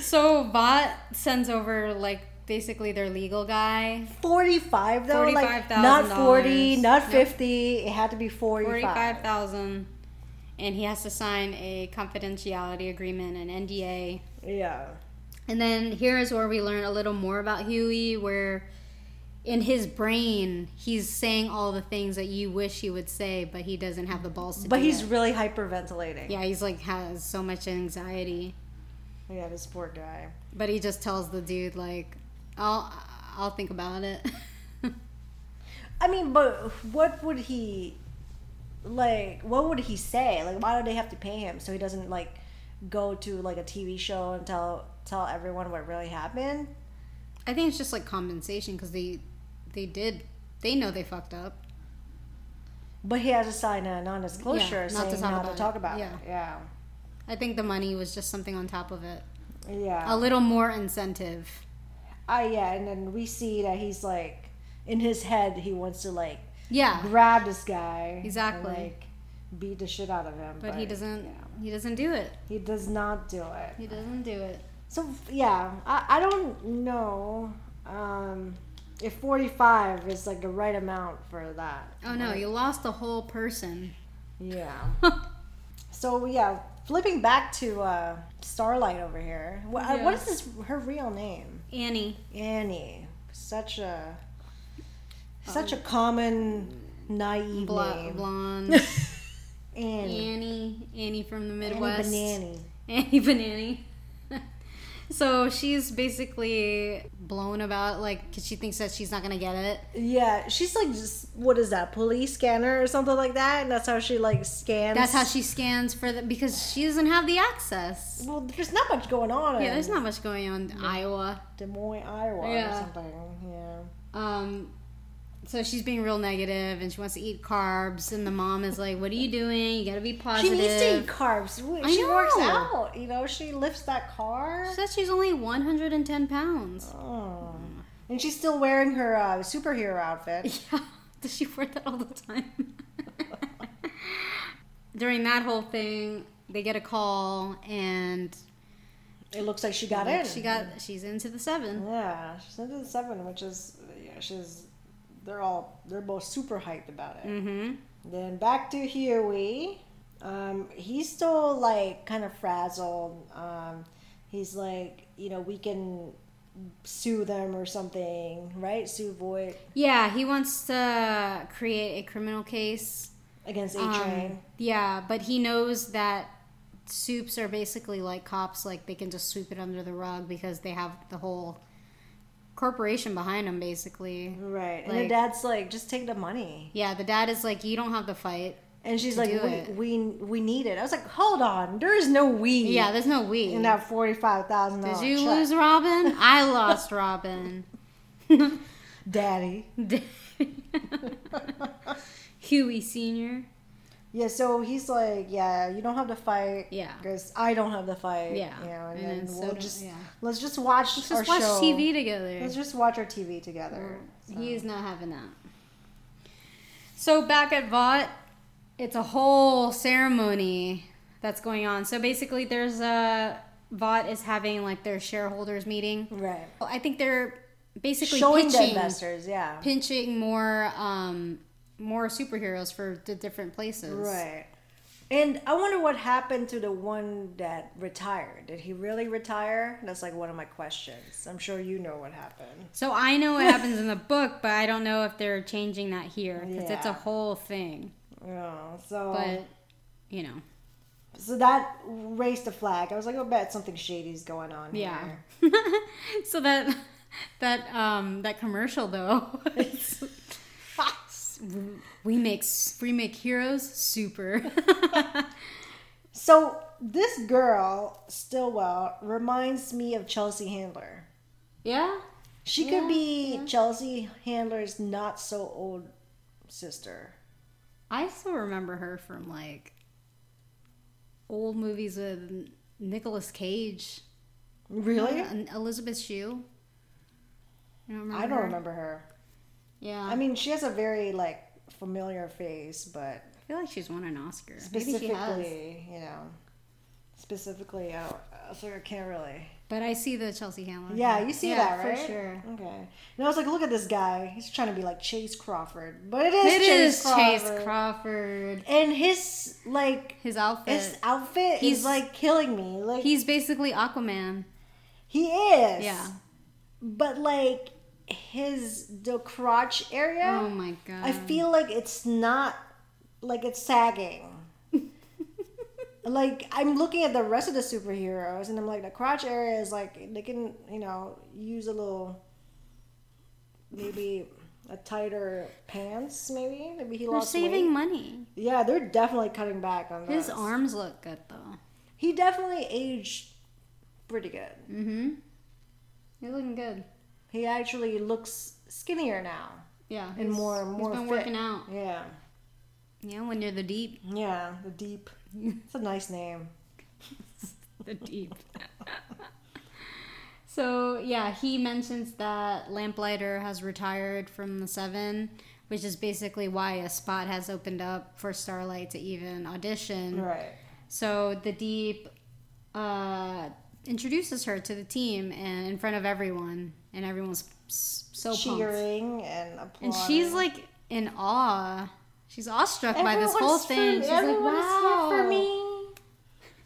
Speaker 1: So Vought sends over like basically their legal guy.
Speaker 2: 45 though like not
Speaker 1: $45,000.
Speaker 2: 40 not
Speaker 1: Nope.
Speaker 2: 50 it had to be 45,
Speaker 1: Forty five thousand and he has to sign a confidentiality agreement, an NDA.
Speaker 2: yeah
Speaker 1: And then here is where we learn a little more about Huey, where in his brain he's saying all the things that you wish he would say, but he doesn't have the balls to
Speaker 2: but
Speaker 1: do
Speaker 2: he's
Speaker 1: it.
Speaker 2: really hyperventilating yeah.
Speaker 1: Yeah, he's like has so much anxiety,
Speaker 2: this poor guy
Speaker 1: but he just tells the dude like, "I'll I'll think about it."
Speaker 2: i mean but what would he like what would he say like why do they have to pay him so he doesn't like go to like a tv show and tell tell everyone what really happened
Speaker 1: I think it's just like compensation because they they did they know they fucked up.
Speaker 2: but he has to sign a non-disclosure
Speaker 1: Yeah, not to
Speaker 2: saying
Speaker 1: talk
Speaker 2: not
Speaker 1: about
Speaker 2: to
Speaker 1: it.
Speaker 2: talk about
Speaker 1: Yeah.
Speaker 2: it yeah
Speaker 1: I think the money was just something on top of it,
Speaker 2: yeah
Speaker 1: a little more incentive.
Speaker 2: Ah, yeah and then we see that he's like in his head he wants to like
Speaker 1: Yeah,
Speaker 2: grab this guy and,
Speaker 1: Exactly.
Speaker 2: like beat the shit out of him
Speaker 1: but he doesn't
Speaker 2: yeah.
Speaker 1: he doesn't do it.
Speaker 2: he does not do it
Speaker 1: He doesn't do it.
Speaker 2: so yeah i, I don't know um if 45 is like the right amount for that
Speaker 1: Oh no,
Speaker 2: Like,
Speaker 1: you lost a whole person.
Speaker 2: yeah so yeah flipping back to uh starlight over here what, I- what is this her real name
Speaker 1: Annie.
Speaker 2: annie such a such a common naive
Speaker 1: Um, Bla-
Speaker 2: name
Speaker 1: blonde.
Speaker 2: annie
Speaker 1: Annie. Annie from the
Speaker 2: annie
Speaker 1: Midwest.
Speaker 2: banani
Speaker 1: Annie Banani. so she's basically blown about, like, because she thinks that she's not going to get it.
Speaker 2: Yeah, she's like just what is that police scanner or something like that, and that's how she like scans.
Speaker 1: That's how she scans for the, because she doesn't have the access.
Speaker 2: Well, there's not much going on.
Speaker 1: Yeah,
Speaker 2: in
Speaker 1: there's not much going on in Iowa.
Speaker 2: Des Moines, Iowa, or
Speaker 1: Yeah.
Speaker 2: something. Yeah.
Speaker 1: Um, so she's being real negative and she wants to eat carbs. And the mom is like, What are you doing? You got to be
Speaker 2: She
Speaker 1: positive.
Speaker 2: needs to eat carbs. W-
Speaker 1: I
Speaker 2: She works
Speaker 1: know.
Speaker 2: out. You know, she lifts that car.
Speaker 1: She says she's only 110 pounds.
Speaker 2: Oh. And she's still wearing her uh, superhero outfit.
Speaker 1: Yeah. Does she wear that all the time? During that whole thing, they get a call and
Speaker 2: It looks like she got in.
Speaker 1: she got she's into the seven.
Speaker 2: Yeah, she's into the seven, which is yeah, she's. They're all they're both super hyped about it.
Speaker 1: Mm-hmm.
Speaker 2: Then back to Huey. Um, he's still like kind of frazzled. Um, he's like, you know, we can sue them or something, right? Sue Voight
Speaker 1: Yeah, he wants to create a criminal case.
Speaker 2: against A
Speaker 1: Um,
Speaker 2: Train.
Speaker 1: yeah, but he knows that soups are basically like cops, like they can just sweep it under the rug because they have the whole corporation behind them basically.
Speaker 2: right. And the
Speaker 1: like-
Speaker 2: dad's like, just take the money.
Speaker 1: Yeah, the dad is like, You don't have to fight.
Speaker 2: And she's like,
Speaker 1: do
Speaker 2: we,
Speaker 1: it.
Speaker 2: we we need it. I was like, hold on, there is no we
Speaker 1: Yeah, there's no we.
Speaker 2: in that forty five thousand
Speaker 1: Did
Speaker 2: dollars.
Speaker 1: you lose Robin? I lost Robin.
Speaker 2: Daddy?
Speaker 1: Huey Senior.
Speaker 2: Yeah, so he's like, yeah, you don't have to fight.
Speaker 1: Yeah.
Speaker 2: because I don't have to fight.
Speaker 1: Yeah.
Speaker 2: you know, and,
Speaker 1: And
Speaker 2: then,
Speaker 1: then so
Speaker 2: we'll
Speaker 1: do-
Speaker 2: just
Speaker 1: yeah.
Speaker 2: let's just watch
Speaker 1: Let's
Speaker 2: our
Speaker 1: just watch
Speaker 2: show.
Speaker 1: TV together.
Speaker 2: Let's just watch our TV together. So-
Speaker 1: He is not having that. So back at Vought, it's a whole ceremony that's going on. So basically, there's a Vought is having like their shareholders meeting.
Speaker 2: right.
Speaker 1: Well, I think they're Mm-hmm. basically
Speaker 2: Showing the
Speaker 1: pitching,
Speaker 2: investors, yeah,
Speaker 1: pinching more, um, more superheroes for the different places.
Speaker 2: right. And I wonder what happened to the one that retired. Did he really retire? That's like one of my questions. I'm sure you know what happened.
Speaker 1: So I know what happens in the book, but I don't know if they're changing that here because it's
Speaker 2: Yeah.
Speaker 1: a whole thing.
Speaker 2: Yeah, so
Speaker 1: But you know,
Speaker 2: so that raised a flag. I was like, I bet something shady's going on.
Speaker 1: Yeah.
Speaker 2: here.
Speaker 1: so that that um that commercial though. we make s- we make heroes super.
Speaker 2: So this girl Stillwell reminds me of Chelsea Handler.
Speaker 1: yeah.
Speaker 2: She
Speaker 1: Yeah,
Speaker 2: could be Chelsea Handler's not so old sister.
Speaker 1: I still remember her from like old movies with Nicolas Cage. Uh,
Speaker 2: Really?
Speaker 1: And Elizabeth Shue. You don't remember Uh,
Speaker 2: I don't
Speaker 1: her?
Speaker 2: remember her.
Speaker 1: Yeah.
Speaker 2: I mean, she has a very like familiar face, but
Speaker 1: I feel like she's won an Oscar. Maybe she has.
Speaker 2: specifically, you know, specifically, I, I sort of can't really.
Speaker 1: But I see the Chelsea Handler.
Speaker 2: Yeah, you see
Speaker 1: Yeah,
Speaker 2: that, right?
Speaker 1: For sure.
Speaker 2: Okay. And I was like, look at this guy. He's trying to be like Chase Crawford, but it is
Speaker 1: It
Speaker 2: Chase
Speaker 1: is
Speaker 2: Crawford.
Speaker 1: Chase Crawford.
Speaker 2: and his like
Speaker 1: His outfit.
Speaker 2: his outfit
Speaker 1: He's-
Speaker 2: is like killing me. Like
Speaker 1: He's basically Aquaman.
Speaker 2: he is.
Speaker 1: Yeah.
Speaker 2: But like his the crotch area,
Speaker 1: Oh my god.
Speaker 2: I feel like it's not like it's sagging. like I'm looking at the rest of the superheroes, and I'm like, the crotch area is like they can, you know, use a little, maybe a tighter pants, maybe maybe he
Speaker 1: They're
Speaker 2: lost
Speaker 1: saving
Speaker 2: weight.
Speaker 1: money.
Speaker 2: Yeah, they're definitely cutting back on
Speaker 1: His
Speaker 2: those.
Speaker 1: arms look good though.
Speaker 2: He definitely aged pretty good.
Speaker 1: Mm-hmm. You're looking good.
Speaker 2: He actually looks skinnier now.
Speaker 1: Yeah.
Speaker 2: And
Speaker 1: he's-
Speaker 2: more- more
Speaker 1: He's been
Speaker 2: fit.
Speaker 1: working out.
Speaker 2: Yeah.
Speaker 1: Yeah, when you're the deep.
Speaker 2: Yeah, the deep. It's a nice name.
Speaker 1: The deep. so yeah, he mentions that Lamplighter has retired from the seven, which is basically why a spot has opened up for Starlight to even audition.
Speaker 2: Right.
Speaker 1: So the deep uh, introduces her to the team and in front of everyone, and everyone's s- so pumped.
Speaker 2: Cheering and
Speaker 1: And
Speaker 2: applauding.
Speaker 1: she's like in awe. She's awestruck by this
Speaker 2: Everyone's
Speaker 1: whole
Speaker 2: for-
Speaker 1: thing. She's like,
Speaker 2: everyone's
Speaker 1: "Wow!"
Speaker 2: here for me.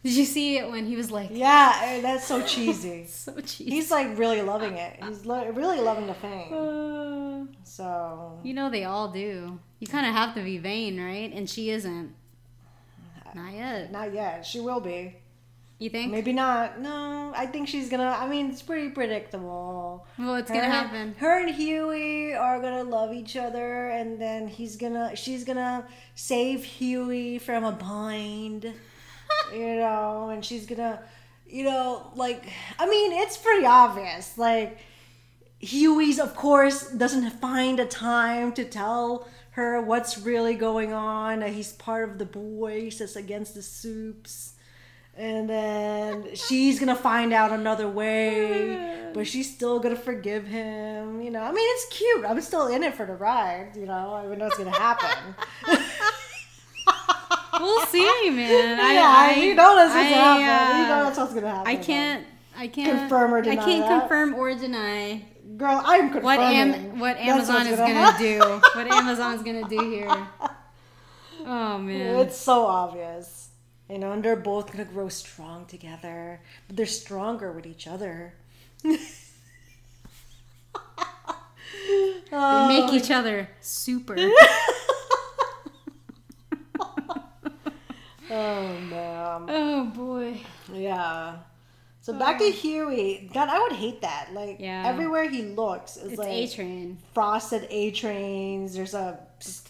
Speaker 1: Did you see it when he was like,
Speaker 2: Yeah, eh, that's so cheesy.
Speaker 1: "So cheesy"?
Speaker 2: He's like really loving it. He's lo- really loving the fame.
Speaker 1: Uh,
Speaker 2: So
Speaker 1: you know they all do. You kind of have to be vain, right? And she isn't. Not yet.
Speaker 2: not yet. She will be.
Speaker 1: You think?
Speaker 2: Maybe not. No, I think she's gonna. I mean, it's pretty predictable.
Speaker 1: Well, it's gonna
Speaker 2: Her-
Speaker 1: happen.
Speaker 2: Her and Huey are gonna love each other, and then he's gonna, she's gonna save Huey from a bind, you know, and she's gonna, you know, like, I mean, it's pretty obvious. Like, Huey's, of course, doesn't find a time to tell her what's really going on. that He's part of the boys that's against the soups. And then she's gonna find out another way, but she's still gonna forgive him. You know, I mean, it's cute. I'm still in it for the ride. You know, I know it's gonna happen.
Speaker 1: We'll see, man. I-
Speaker 2: yeah,
Speaker 1: I,
Speaker 2: you know that's what's
Speaker 1: I,
Speaker 2: gonna happen. you
Speaker 1: uh,
Speaker 2: know that's what's gonna happen.
Speaker 1: I can't. I can't
Speaker 2: Confirm or
Speaker 1: I
Speaker 2: deny
Speaker 1: can't
Speaker 2: that.
Speaker 1: confirm or deny
Speaker 2: girl. I'm confirming.
Speaker 1: what am what
Speaker 2: That's
Speaker 1: Amazon
Speaker 2: what's
Speaker 1: is
Speaker 2: gonna
Speaker 1: gonna, do.
Speaker 2: happen.
Speaker 1: What Amazon's gonna do here. Oh man.
Speaker 2: It's so obvious. You know, and they're both gonna grow strong together, but they're stronger with each other.
Speaker 1: They make each other super.
Speaker 2: Oh man.
Speaker 1: oh boy.
Speaker 2: Yeah. So back to Huey. God, I would hate that. Like
Speaker 1: Oh. Yeah.
Speaker 2: everywhere he looks is
Speaker 1: It's
Speaker 2: like
Speaker 1: A train.
Speaker 2: frosted A trains. There's a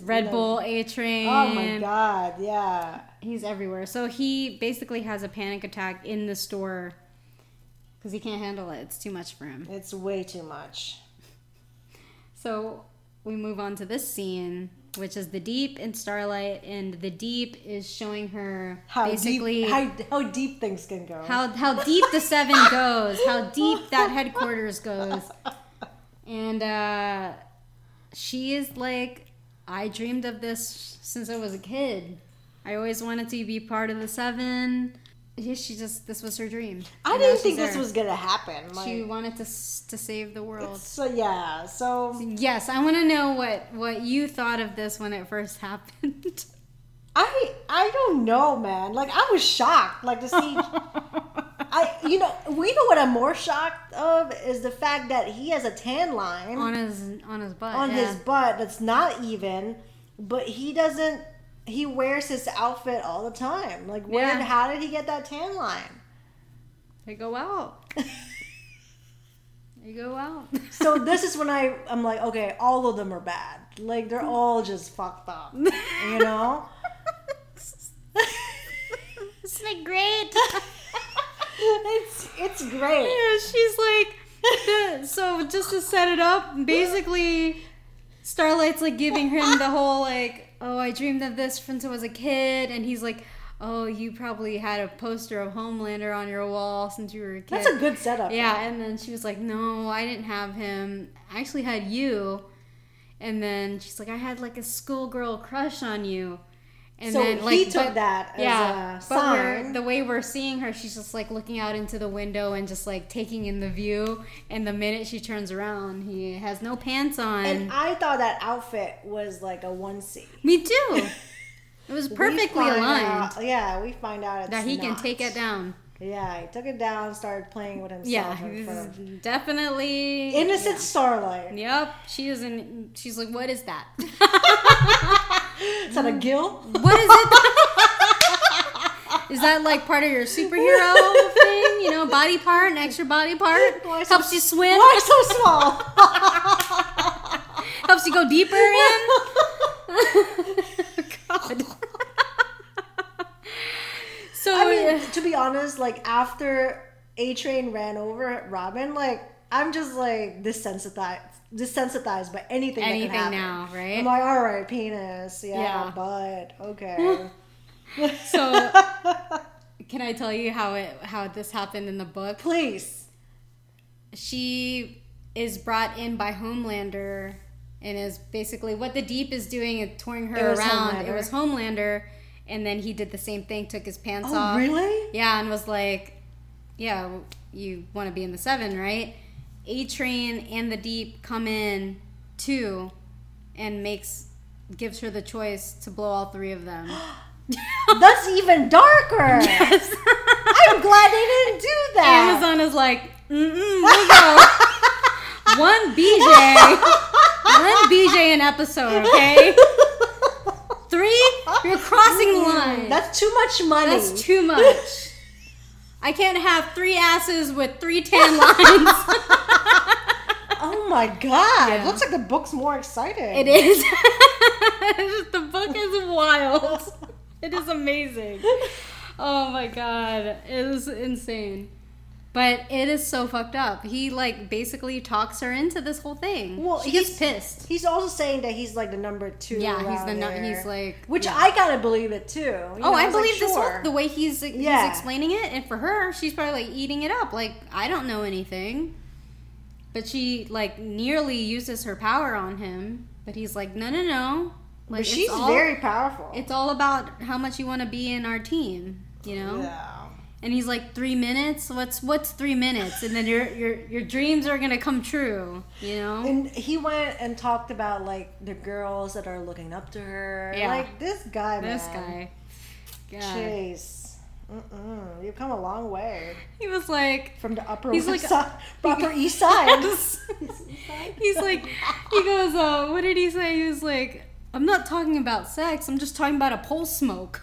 Speaker 1: Red
Speaker 2: you know-
Speaker 1: Bull, A train.
Speaker 2: Oh my god! Yeah.
Speaker 1: He's everywhere. So he basically has a panic attack in the store because he can't handle it. It's too much for him.
Speaker 2: It's way too much.
Speaker 1: So we move on to this scene, which is the deep and starlight, and the deep is showing her
Speaker 2: How
Speaker 1: basically
Speaker 2: deep? How, how deep things can go.
Speaker 1: how how deep the seven goes, how deep that headquarters goes, and uh, she is like, I dreamed of this since I was a kid. I always wanted to be part of the seven. Yeah, she just this was her dream.
Speaker 2: I
Speaker 1: And now
Speaker 2: didn't
Speaker 1: she's
Speaker 2: think this
Speaker 1: there.
Speaker 2: was gonna happen. Like,
Speaker 1: She wanted to s- to save the world.
Speaker 2: so yeah. So
Speaker 1: Yes, I want to know what what you thought of this when it first happened.
Speaker 2: I I don't know, man. Like I was shocked. Like to see. I you know we know what I'm more shocked of is the fact that he has a tan line.
Speaker 1: on his on his butt.
Speaker 2: on
Speaker 1: yeah.
Speaker 2: his butt that's not even, but he doesn't. He wears his outfit all the time. Like, where?
Speaker 1: Yeah.
Speaker 2: How did he get that tan line?
Speaker 1: They go out. They go out.
Speaker 2: so this is when I I'm like, okay, all of them are bad. Like they're all just fucked up. You know.
Speaker 1: It's like great.
Speaker 2: it's it's great.
Speaker 1: Yeah, she's like. the- so just to set it up, basically, Starlight's like giving him the whole like, oh, I dreamed of this since I was a kid, and he's like, oh, you probably had a poster of Homelander on your wall since you were a kid.
Speaker 2: That's a good setup.
Speaker 1: Yeah, and then she was like, "No, I didn't have him. I actually had you." And then she's like, "I had like a schoolgirl crush on you." And
Speaker 2: So
Speaker 1: then
Speaker 2: he
Speaker 1: like
Speaker 2: took
Speaker 1: but-
Speaker 2: that as a
Speaker 1: but we're-
Speaker 2: sign.
Speaker 1: the way we're seeing her, she's just like looking out into the window and just like taking in the view. And the minute she turns around, he has no pants on.
Speaker 2: And I thought that outfit was like a onesie.
Speaker 1: Me too. It was
Speaker 2: We
Speaker 1: perfectly
Speaker 2: find
Speaker 1: aligned
Speaker 2: out- yeah, we find out it's
Speaker 1: that he can
Speaker 2: not.
Speaker 1: take it down.
Speaker 2: Yeah, he took it down, started playing with himself.
Speaker 1: Yeah,
Speaker 2: in
Speaker 1: this
Speaker 2: front of
Speaker 1: is definitely
Speaker 2: Innocent Starlight.
Speaker 1: Yep, she is in. She's like, what is that?
Speaker 2: Is that a
Speaker 1: Mm-hmm.
Speaker 2: gill?
Speaker 1: What is it? is that like part of your superhero thing? You know, body part, an extra body part
Speaker 2: Why so-
Speaker 1: helps you swim,
Speaker 2: Why so small?
Speaker 1: helps you go deeper in. God. so
Speaker 2: I mean, to be honest, like after A Train ran over Robin, like I'm just like desensitized, desensitized by anything.
Speaker 1: anything
Speaker 2: that can happen.
Speaker 1: now,
Speaker 2: I'm
Speaker 1: right?
Speaker 2: like, all right, penis, yeah,
Speaker 1: Yeah.
Speaker 2: butt, okay.
Speaker 1: So can I tell you how it how this happened in the book?
Speaker 2: Please,
Speaker 1: she is brought in by Homelander and is basically what the Deep is doing is touring her
Speaker 2: It was
Speaker 1: around. It
Speaker 2: Homelander.
Speaker 1: was Homelander, and then he did the same thing, took his pants
Speaker 2: oh
Speaker 1: off.
Speaker 2: really?
Speaker 1: Yeah, and was like, "Yeah, you want to be in the Seven, right?" A Train and the Deep come in too, and makes gives her the choice to blow all three of them.
Speaker 2: That's even darker. I'm glad they didn't do that.
Speaker 1: Amazon is like, mm-mm, we'll go. One BJ. One BJ an episode, okay? Three, you're crossing the line. That's,
Speaker 2: Mm, That's too much money.
Speaker 1: too much. I can't have three asses with three tan lines.
Speaker 2: Oh my god!
Speaker 1: Yeah.
Speaker 2: It looks like the book's more exciting.
Speaker 1: it is. the book is wild. It is amazing. Oh my god, it is insane. But it is so fucked up. He like basically talks her into this whole thing.
Speaker 2: Well,
Speaker 1: Well, she gets pissed.
Speaker 2: He's also saying that he's like the number two.
Speaker 1: Yeah, he's
Speaker 2: around
Speaker 1: the no-
Speaker 2: there,
Speaker 1: he's like-
Speaker 2: which
Speaker 1: yeah.
Speaker 2: I gotta believe it too. You know,
Speaker 1: Oh, I
Speaker 2: was
Speaker 1: believe
Speaker 2: like,
Speaker 1: this
Speaker 2: sure.
Speaker 1: whole, the way he's he's
Speaker 2: Yeah.
Speaker 1: explaining it, and for her, she's probably like eating it up. Like I don't know anything, but she like nearly uses her power on him. But he's like, no, no, no. Like
Speaker 2: But
Speaker 1: it's
Speaker 2: she's
Speaker 1: all-
Speaker 2: very powerful.
Speaker 1: It's all about how much you want to be in our team, you know.
Speaker 2: yeah.
Speaker 1: And he's like, three minutes. What's what's three minutes? And then your your your dreams are gonna come true, you know.
Speaker 2: And he went and talked about like the girls that are looking up to her.
Speaker 1: Yeah.
Speaker 2: Like this guy,
Speaker 1: This
Speaker 2: man.
Speaker 1: guy, God.
Speaker 2: Jeez. Mm-mm. You've come a long way
Speaker 1: he was like,
Speaker 2: from the upper,
Speaker 1: He's like-
Speaker 2: west side, upper east side.
Speaker 1: He's like, he goes, uh, what did he say? He was like, I'm not talking about sex. I'm just talking about a pole smoke.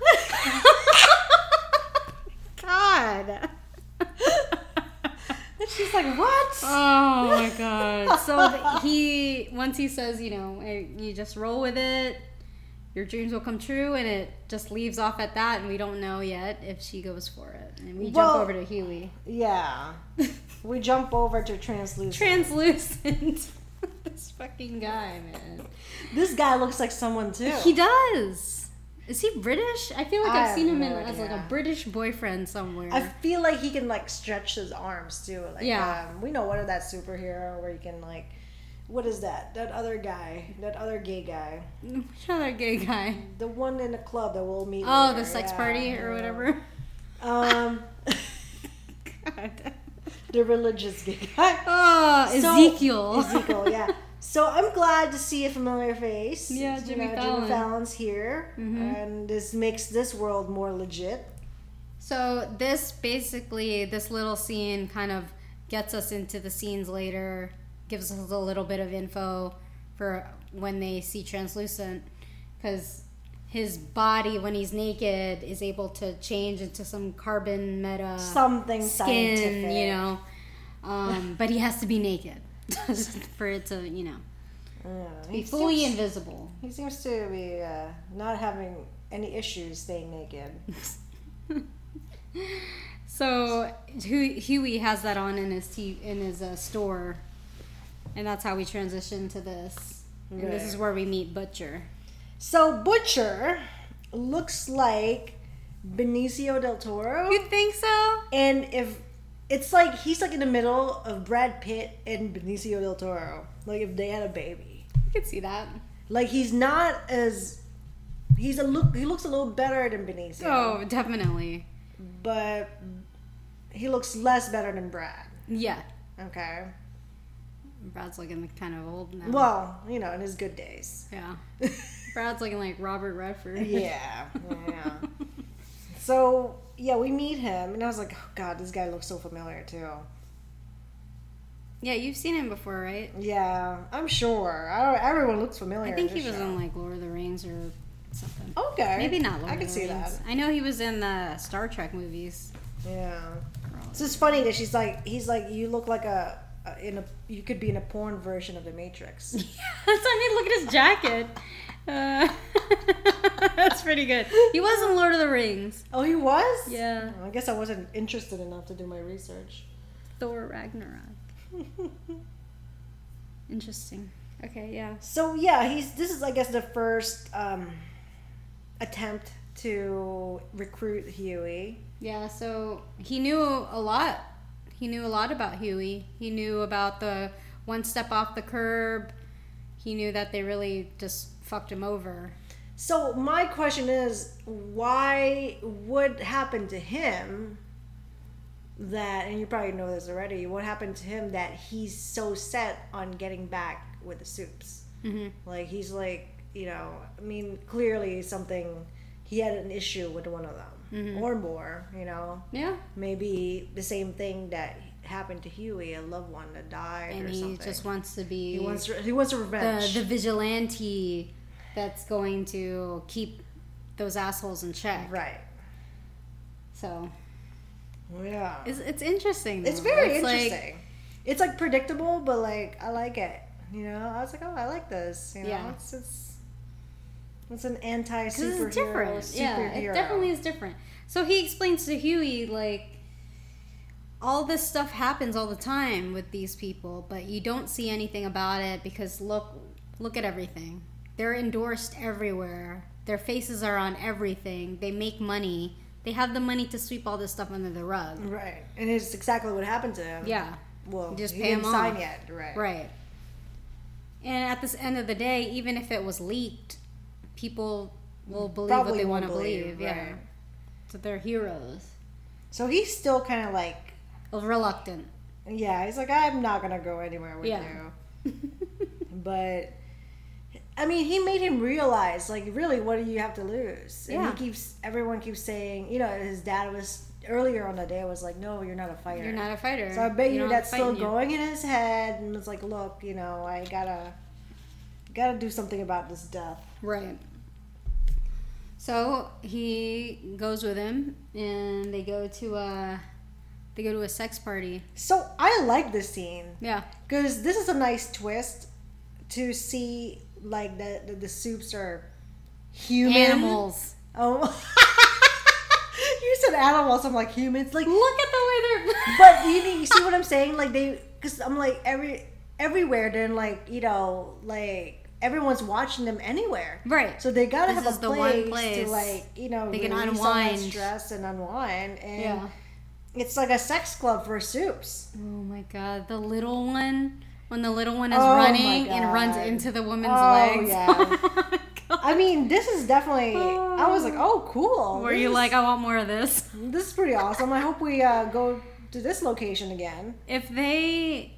Speaker 1: God.
Speaker 2: And she's like, what?
Speaker 1: Oh my god. So th- he once he says, you know, eh, you just roll with it. Your dreams will come true, and it just leaves off at that, and we don't know yet if she goes for it. And we
Speaker 2: Well-
Speaker 1: jump over to Healy.
Speaker 2: yeah. We jump over to translucent.
Speaker 1: Translucent. this fucking guy, man.
Speaker 2: this guy looks like someone too.
Speaker 1: He does. Is he British? I feel like
Speaker 2: I
Speaker 1: I have
Speaker 2: have
Speaker 1: seen him
Speaker 2: no
Speaker 1: in, as like a
Speaker 2: idea.
Speaker 1: British boyfriend somewhere.
Speaker 2: I feel like he can like stretch his arms too. Like,
Speaker 1: Yeah.
Speaker 2: um, we know one of that superhero where you can like, what is that? That other guy, that other gay guy,
Speaker 1: Which other gay guy?
Speaker 2: the one in the club that we'll meet.
Speaker 1: Oh,
Speaker 2: later,
Speaker 1: the sex
Speaker 2: yeah,
Speaker 1: party or
Speaker 2: yeah.
Speaker 1: whatever.
Speaker 2: Um,
Speaker 1: God.
Speaker 2: the religious gay guy.
Speaker 1: Oh,
Speaker 2: So-
Speaker 1: Ezekiel.
Speaker 2: Ah, Ezekiel, yeah. So I'm glad to see a familiar face.
Speaker 1: Yeah,
Speaker 2: It's,
Speaker 1: Jimmy Fallon.
Speaker 2: Fallon's here,
Speaker 1: Mhm.
Speaker 2: and this makes this world more legit.
Speaker 1: So this basically this little scene kind of gets us into the scenes later, gives us a little bit of info for when they see translucent cuz his body when he's naked is able to change into some carbon meta
Speaker 2: Something
Speaker 1: Uh, skin,
Speaker 2: scientific,
Speaker 1: you know. Um, but he has to be naked for it to, you know,
Speaker 2: Yeah,
Speaker 1: be
Speaker 2: Mm, he
Speaker 1: fully
Speaker 2: seems-
Speaker 1: invisible.
Speaker 2: He seems to be uh, not having any issues staying naked.
Speaker 1: So Hu- Huey has that on in his t- in his uh, store, and that's how we transition to this. And this is
Speaker 2: Right.
Speaker 1: where we meet Butcher.
Speaker 2: So Butcher looks like Benicio del Toro,
Speaker 1: You think so?
Speaker 2: and if it's like he's like in the middle of Brad Pitt and Benicio del Toro, like if they had a baby.
Speaker 1: I could see that.
Speaker 2: Like he's not as he's a look he looks a little better than Benicio,
Speaker 1: Oh, definitely.
Speaker 2: but he looks less better than Brad.
Speaker 1: Yeah,
Speaker 2: Okay,
Speaker 1: Brad's looking kind of old now.
Speaker 2: well you know in his good days.
Speaker 1: yeah, Brad's looking like Robert Redford.
Speaker 2: yeah, yeah. So yeah, we meet him, and I was like, oh god, this guy looks so familiar too.
Speaker 1: yeah, you've seen him before, right?
Speaker 2: Yeah, I'm sure. I don't, everyone looks familiar.
Speaker 1: I think
Speaker 2: in
Speaker 1: he
Speaker 2: this
Speaker 1: was
Speaker 2: show.
Speaker 1: in like Lord of the Rings or something.
Speaker 2: Okay,
Speaker 1: Maybe not Lord
Speaker 2: I
Speaker 1: of
Speaker 2: can
Speaker 1: the
Speaker 2: see
Speaker 1: Rings.
Speaker 2: that.
Speaker 1: I know he was in the Star Trek movies.
Speaker 2: Yeah, so it's funny that she's like, he's like, you look like a, a in a, you could be in a porn version of the Matrix.
Speaker 1: That's, I mean, look at his jacket. Uh, that's pretty good. He was in Lord of the Rings.
Speaker 2: oh, he was.
Speaker 1: Yeah.
Speaker 2: I guess I wasn't interested enough to do my research.
Speaker 1: Thor Ragnarok. Interesting. Okay, yeah.
Speaker 2: So yeah, he's. This is, I guess, the first um, attempt to recruit Huey.
Speaker 1: Yeah, so he knew a lot. He knew a lot about Huey. He knew about the one step off the curb. He knew that they really just fucked him over.
Speaker 2: So my question is, why? What happened to him? That and you probably know this already. What happened to him that he's so set on getting back with the soups?
Speaker 1: Mhm.
Speaker 2: Like he's like, you know, I mean, clearly something. He had an issue with one of them
Speaker 1: Mm-hmm.
Speaker 2: or more. You know,
Speaker 1: Yeah.
Speaker 2: maybe the same thing that happened to Huey, a loved one that died
Speaker 1: And
Speaker 2: or
Speaker 1: he
Speaker 2: something.
Speaker 1: just wants to be
Speaker 2: he wants re- he wants
Speaker 1: the,
Speaker 2: revenge.
Speaker 1: the vigilante that's going to keep those assholes in check.
Speaker 2: right.
Speaker 1: So
Speaker 2: Yeah.
Speaker 1: it's, it's interesting. Though.
Speaker 2: It's very
Speaker 1: like-
Speaker 2: interesting. it's like predictable, but like I like it. You know, I was like, oh, I like this. You know,
Speaker 1: Yeah.
Speaker 2: it's it's it's an anti
Speaker 1: 'cause
Speaker 2: superhero.
Speaker 1: it's different. Yeah, it definitely is different. So he explains to Huey like all this stuff happens all the time with these people, but you don't see anything about it because look look at everything. They're endorsed everywhere. Their faces are on everything. They make money. They have the money to sweep all this stuff under the rug.
Speaker 2: right, and it's exactly what happened to him.
Speaker 1: Yeah.
Speaker 2: well,
Speaker 1: Just
Speaker 2: he
Speaker 1: pay him
Speaker 2: didn't sign
Speaker 1: off.
Speaker 2: yet, right?
Speaker 1: Right. And at this end of the day, even if it was leaked, people will believe what they
Speaker 2: will
Speaker 1: want to believe. Yeah.
Speaker 2: right.
Speaker 1: So they're heroes.
Speaker 2: So he's still kind of like,
Speaker 1: Reluctant.
Speaker 2: yeah, he's like, I'm not gonna go anywhere with
Speaker 1: Yeah.
Speaker 2: you. but I mean, he made him realize, like, really, what do you have to lose? And
Speaker 1: Yeah.
Speaker 2: he keeps everyone keeps saying, you know, his dad was earlier on the day was like, no, you're not a fighter.
Speaker 1: You're not a fighter.
Speaker 2: so I bet you,
Speaker 1: don't
Speaker 2: that's
Speaker 1: fight in
Speaker 2: still
Speaker 1: you.
Speaker 2: going in his head, and it's like, look, you know, I gotta gotta do something about this death.
Speaker 1: Right. So he goes with him, and they go to a They go to a sex party.
Speaker 2: So I like this scene
Speaker 1: Yeah.
Speaker 2: because this is a nice twist to see like the the, the soups are human
Speaker 1: Animals.
Speaker 2: Oh, you said animals. I'm like humans. Like,
Speaker 1: Look at the way they're.
Speaker 2: but you, you see what I'm saying? Like they, because I'm like every everywhere. They're like you know like everyone's watching them anywhere.
Speaker 1: Right.
Speaker 2: So they gotta
Speaker 1: This
Speaker 2: have
Speaker 1: is
Speaker 2: a
Speaker 1: the
Speaker 2: place,
Speaker 1: one place
Speaker 2: to like you know
Speaker 1: they can
Speaker 2: release all that
Speaker 1: unwind.
Speaker 2: stress and unwind and.
Speaker 1: yeah.
Speaker 2: It's like a sex club for soups.
Speaker 1: Oh my god, the little one when the little one is
Speaker 2: Oh my
Speaker 1: running and runs
Speaker 2: God.
Speaker 1: into the woman's
Speaker 2: Oh,
Speaker 1: legs.
Speaker 2: yeah.
Speaker 1: Oh my God.
Speaker 2: I mean, this is definitely. I was like, oh, cool.
Speaker 1: Were
Speaker 2: This
Speaker 1: you
Speaker 2: is-
Speaker 1: like, I want more of this?
Speaker 2: this is pretty awesome. I hope we uh, go to this location again.
Speaker 1: If they,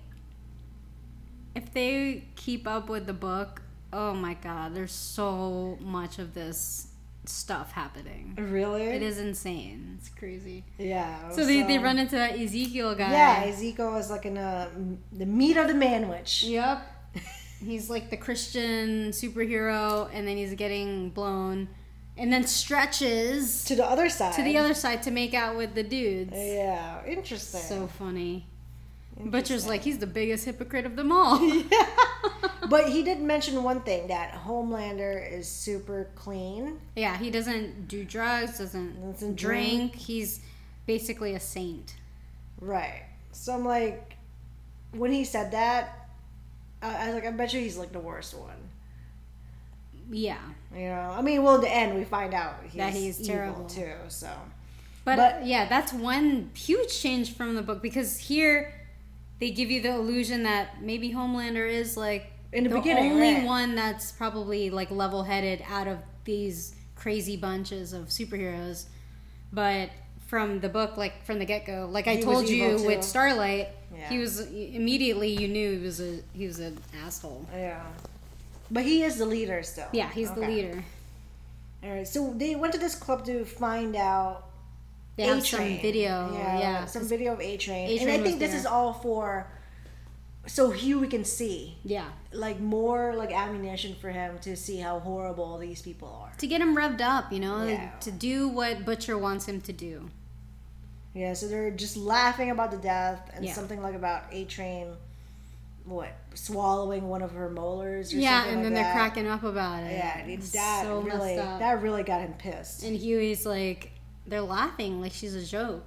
Speaker 1: if they keep up with the book, oh my god, there's so much of this stuff happening.
Speaker 2: Really?
Speaker 1: It is insane. It's crazy.
Speaker 2: Yeah.
Speaker 1: So they, they run into that Ezekiel guy.
Speaker 2: Yeah, Ezekiel is like in a, the meat of the manwich.
Speaker 1: Yep. He's like the Christian superhero, and then he's getting blown, and then stretches.
Speaker 2: To the other side.
Speaker 1: to the other side to make out with the dudes.
Speaker 2: Yeah, interesting.
Speaker 1: So funny. Butcher's like he's the biggest hypocrite of them all.
Speaker 2: but he did mention one thing that Homelander is super clean.
Speaker 1: yeah, he doesn't do drugs, doesn't,
Speaker 2: Doesn't
Speaker 1: drink. He's basically a saint.
Speaker 2: Right. So I'm like, when he said that, I, I was like, I bet you he's like the worst one.
Speaker 1: Yeah,
Speaker 2: You know, I mean, well, in the end, we find out he's
Speaker 1: That he's
Speaker 2: evil
Speaker 1: terrible.
Speaker 2: too. So
Speaker 1: but,
Speaker 2: But-
Speaker 1: yeah, that's one huge change from the book because here they give you the illusion that maybe Homelander is like
Speaker 2: in the, beginning,
Speaker 1: only
Speaker 2: right.
Speaker 1: one that's probably like level-headed out of these crazy bunches of superheroes but from the book like from the get-go like i
Speaker 2: He was
Speaker 1: told you
Speaker 2: evil, too.
Speaker 1: with starlight he
Speaker 2: Yeah.
Speaker 1: was immediately you knew he was a he was an asshole
Speaker 2: yeah, but he is the leader still.
Speaker 1: yeah he's the
Speaker 2: Okay.
Speaker 1: leader
Speaker 2: All right, so they went to this club to find out
Speaker 1: they have
Speaker 2: A-Train.
Speaker 1: some video yeah,
Speaker 2: some video of A Train, and
Speaker 1: A-Train
Speaker 2: I think
Speaker 1: was
Speaker 2: this
Speaker 1: there.
Speaker 2: is all for so here we can see
Speaker 1: yeah
Speaker 2: like more like ammunition for him to see how horrible these people are.
Speaker 1: to get him revved up you know
Speaker 2: Yeah.
Speaker 1: to do what butcher wants him to do
Speaker 2: Yeah, so they're just laughing about the death and
Speaker 1: Yeah.
Speaker 2: something like about A Train, what swallowing one of her molars. Or
Speaker 1: yeah and
Speaker 2: something like
Speaker 1: then
Speaker 2: that.
Speaker 1: they're cracking up about it
Speaker 2: Yeah, and
Speaker 1: It's
Speaker 2: that
Speaker 1: so messed
Speaker 2: really
Speaker 1: up.
Speaker 2: that really got him pissed.
Speaker 1: and huey's like they're laughing like she's a joke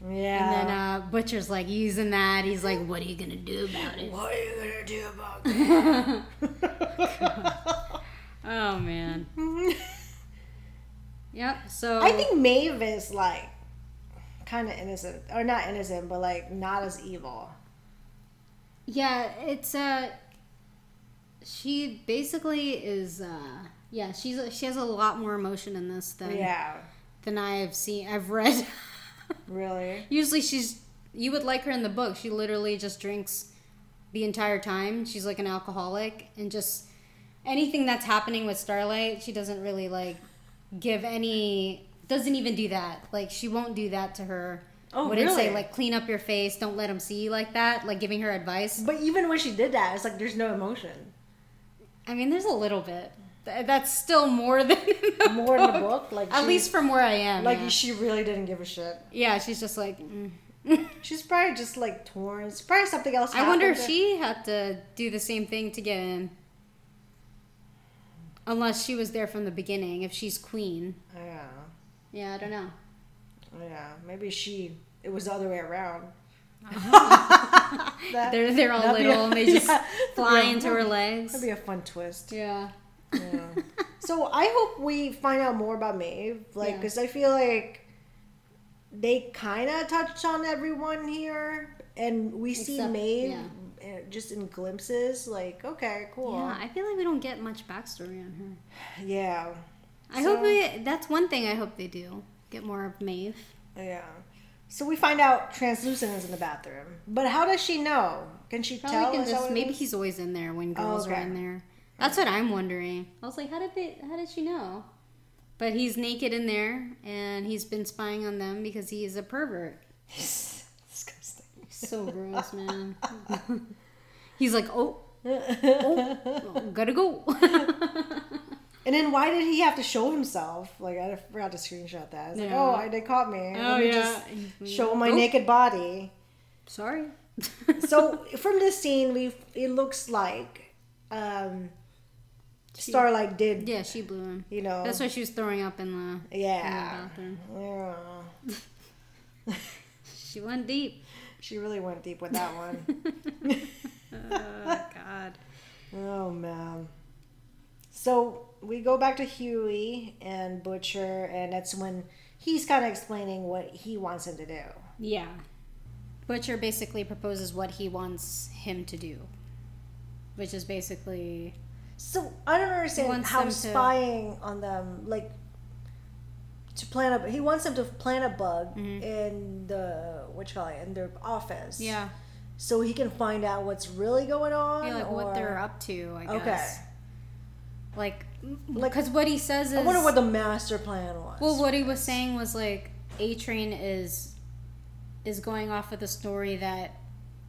Speaker 1: And
Speaker 2: Yeah.
Speaker 1: then uh, Butcher's like using that. He's like, "What are you gonna do about it?"
Speaker 2: what are you gonna do about that?
Speaker 1: oh man. Yep. So
Speaker 2: I think Maeve is like kind of innocent, or not innocent, but like not as evil.
Speaker 1: yeah, it's uh, she basically is uh, yeah, she's she has a lot more emotion in this than
Speaker 2: Yeah,
Speaker 1: than I have seen. I've read.
Speaker 2: really.
Speaker 1: Usually, she's you would like her in the book. She literally just drinks the entire time. She's like an alcoholic and just anything that's happening with Starlight, she doesn't really like give any. Doesn't even do that. Like she won't do that to her.
Speaker 2: Oh,
Speaker 1: Wouldn't say
Speaker 2: really?
Speaker 1: like clean up your face. Don't let him see you like that. Like giving her advice.
Speaker 2: But even when she did that, it's like there's no emotion.
Speaker 1: I mean, there's a little bit. Th- that's still more than in the
Speaker 2: More in the book, like
Speaker 1: At
Speaker 2: she-
Speaker 1: least from where I am.
Speaker 2: Like
Speaker 1: yeah.
Speaker 2: she really didn't give a shit.
Speaker 1: yeah, she's just like. mm.
Speaker 2: She's probably just like torn. It's probably something else.
Speaker 1: I wonder
Speaker 2: happened
Speaker 1: if
Speaker 2: to-
Speaker 1: she had to do the same thing to get in. Unless she was there from the beginning, if she's queen.
Speaker 2: Yeah,
Speaker 1: Yeah, I don't know.
Speaker 2: yeah. Maybe she. It was the other way around. that,
Speaker 1: They're they're all
Speaker 2: That'd be
Speaker 1: little
Speaker 2: a-
Speaker 1: and they just
Speaker 2: yeah.
Speaker 1: fly
Speaker 2: Yeah.
Speaker 1: into her legs.
Speaker 2: that'd be a fun twist.
Speaker 1: Yeah.
Speaker 2: Yeah. so I hope we find out more about Maeve, like,
Speaker 1: Yeah.
Speaker 2: because I feel like they kind of touched on everyone here, and we see
Speaker 1: Except-
Speaker 2: Maeve
Speaker 1: yeah.
Speaker 2: uh, just in glimpses. Like, okay, cool.
Speaker 1: Yeah, I feel like we don't get much backstory on her.
Speaker 2: Yeah.
Speaker 1: I
Speaker 2: So-
Speaker 1: hope we, that's one thing I hope they do. Get more of Maeve.
Speaker 2: Yeah. So we find out translucent is in the bathroom, but how does she know? Can she
Speaker 1: Probably
Speaker 2: tell?
Speaker 1: can
Speaker 2: Is that
Speaker 1: just
Speaker 2: what it
Speaker 1: maybe
Speaker 2: is? Oh,
Speaker 1: he's always in there when girls
Speaker 2: okay.
Speaker 1: are in there. That's what I'm wondering. I was like, how did they? How did she know? But he's naked in there, and he's been spying on them because he is a pervert.
Speaker 2: disgusting.
Speaker 1: So gross, man. he's like, oh, oh, gotta go.
Speaker 2: And then why did he have to show himself? Like I forgot to screenshot that. It's like,
Speaker 1: Yeah.
Speaker 2: oh, I, they caught me.
Speaker 1: Oh,
Speaker 2: Let me
Speaker 1: yeah.
Speaker 2: just show my
Speaker 1: Oop.
Speaker 2: naked
Speaker 1: Oh,
Speaker 2: body.
Speaker 1: Sorry.
Speaker 2: So from this scene, we it looks like um, Starlight did.
Speaker 1: yeah, she blew him.
Speaker 2: You know.
Speaker 1: That's why she was throwing up in the, in the
Speaker 2: yeah.
Speaker 1: bathroom.
Speaker 2: Yeah.
Speaker 1: She went deep.
Speaker 2: She really went deep with that one.
Speaker 1: oh God.
Speaker 2: Oh man. So we go back to Huey and Butcher, and that's when he's kind of explaining what he wants him to do.
Speaker 1: Yeah. Butcher basically proposes what he wants him to do, which is basically
Speaker 2: So I don't understand
Speaker 1: wants
Speaker 2: how
Speaker 1: them to-
Speaker 2: spying on them, like to plant a. He wants them to plant a bug in the what you call it in their office.
Speaker 1: Mm-hmm. yeah,
Speaker 2: So he can find out what's really going on.
Speaker 1: yeah like what
Speaker 2: or-
Speaker 1: they're up to. I
Speaker 2: Okay.
Speaker 1: guess. Like,
Speaker 2: Like-
Speaker 1: because what he says is.
Speaker 2: I wonder what the master plan was.
Speaker 1: Well, what he was saying was like A Train is is going off with the story that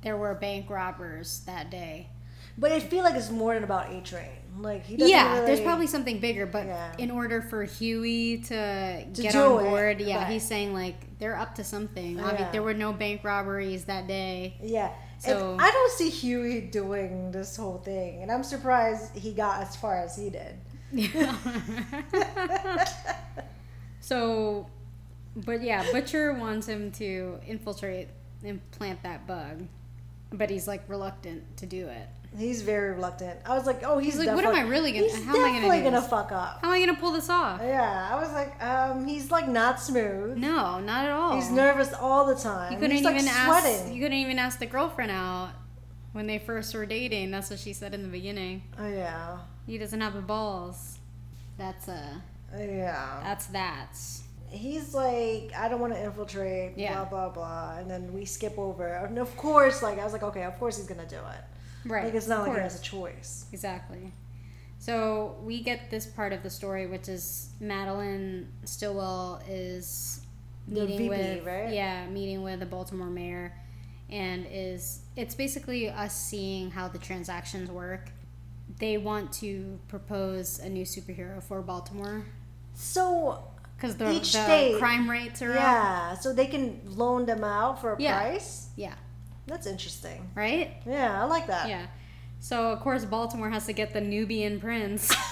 Speaker 1: there were bank robbers that day.
Speaker 2: but I feel like it's more than about A Train. Like he doesn't
Speaker 1: yeah,
Speaker 2: really-
Speaker 1: there's probably something bigger, but
Speaker 2: Yeah.
Speaker 1: in order for Huey to, get
Speaker 2: do
Speaker 1: on
Speaker 2: it,
Speaker 1: board, yeah,
Speaker 2: right.
Speaker 1: he's saying like they're up to something. Obvi-
Speaker 2: Yeah.
Speaker 1: there were no bank robberies that day.
Speaker 2: Yeah.
Speaker 1: So-
Speaker 2: and I don't see Huey doing this whole thing, and I'm surprised he got as far as he did.
Speaker 1: so, but yeah, Butcher wants him to infiltrate and plant that bug, but he's like reluctant to do it.
Speaker 2: He's very reluctant. I was like, oh, he's,
Speaker 1: He's like, what am
Speaker 2: defi-
Speaker 1: I really gonna-
Speaker 2: He's
Speaker 1: how am I gonna
Speaker 2: definitely
Speaker 1: do
Speaker 2: gonna
Speaker 1: this?
Speaker 2: fuck up.
Speaker 1: How am I gonna pull this off?
Speaker 2: Yeah, I was like, um, he's like not smooth.
Speaker 1: No, not at all.
Speaker 2: He's nervous all the time.
Speaker 1: You couldn't
Speaker 2: he's like
Speaker 1: even
Speaker 2: sweating.
Speaker 1: ask. You couldn't even ask the girlfriend out when they first were dating. That's what she said in the beginning.
Speaker 2: oh yeah,
Speaker 1: He doesn't have the balls. That's a.
Speaker 2: Oh, yeah.
Speaker 1: That's that.
Speaker 2: He's like, I don't want to infiltrate.
Speaker 1: Yeah.
Speaker 2: Blah blah blah. And then we skip over, and of course, like I was like, okay, of course he's gonna do it.
Speaker 1: Right.
Speaker 2: Like it's not
Speaker 1: of
Speaker 2: like he
Speaker 1: course.
Speaker 2: has a choice.
Speaker 1: Exactly. So we get this part of the story, which is Madeline Stillwell is
Speaker 2: The
Speaker 1: meeting
Speaker 2: VP,
Speaker 1: with
Speaker 2: right?
Speaker 1: yeah, meeting with the Baltimore mayor, and is it's basically us seeing how the transactions work. They want to propose a new superhero for Baltimore
Speaker 2: So
Speaker 1: because the,
Speaker 2: Each
Speaker 1: the
Speaker 2: state.
Speaker 1: crime rates are up.
Speaker 2: Yeah, so they can loan them out for a
Speaker 1: Yeah.
Speaker 2: price.
Speaker 1: Yeah,
Speaker 2: That's interesting.
Speaker 1: right.
Speaker 2: Yeah, I like that.
Speaker 1: Yeah. So of course Baltimore has to get the Nubian prince.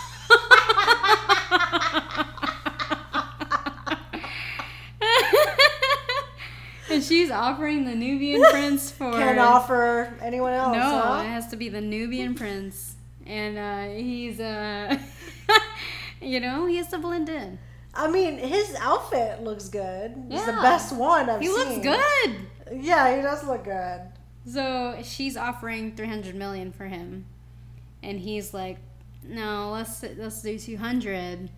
Speaker 1: and she's offering the Nubian prince for
Speaker 2: Can't offer anyone else.
Speaker 1: No,
Speaker 2: huh?
Speaker 1: it has to be the Nubian prince. And uh, he's uh you know, he has to blend in.
Speaker 2: I mean, his outfit looks good. It's the
Speaker 1: Yeah.
Speaker 2: best one I've
Speaker 1: He
Speaker 2: seen.
Speaker 1: looks good.
Speaker 2: Yeah, he does look good.
Speaker 1: So she's offering 300 million for him. And he's like, "No, let's let's do 200."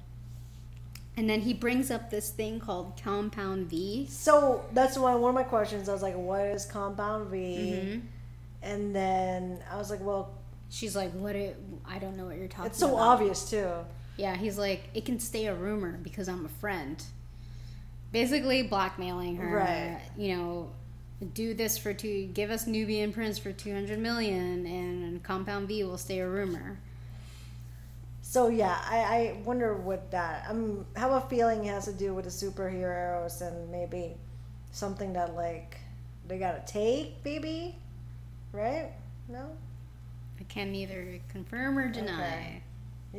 Speaker 1: And then he brings up this thing called compound V.
Speaker 2: So that's why one of my questions. I was like, "What is Compound V?"
Speaker 1: Mm-hmm.
Speaker 2: And then I was like, "Well,
Speaker 1: She's like, "What it, I don't know what you're talking
Speaker 2: it's so
Speaker 1: about."
Speaker 2: obvious too."
Speaker 1: Yeah, he's like, "It can stay a rumor because I'm a friend." Basically blackmailing her.
Speaker 2: Right.
Speaker 1: You know, do this for two give us Nubian Prince for 200 million and compound V will stay a rumor.
Speaker 2: So yeah, I, I wonder what that. I'm have a feeling it has to do with the superheroes and maybe something that like they gotta take, maybe, right? No.
Speaker 1: I can neither confirm or deny.
Speaker 2: Okay.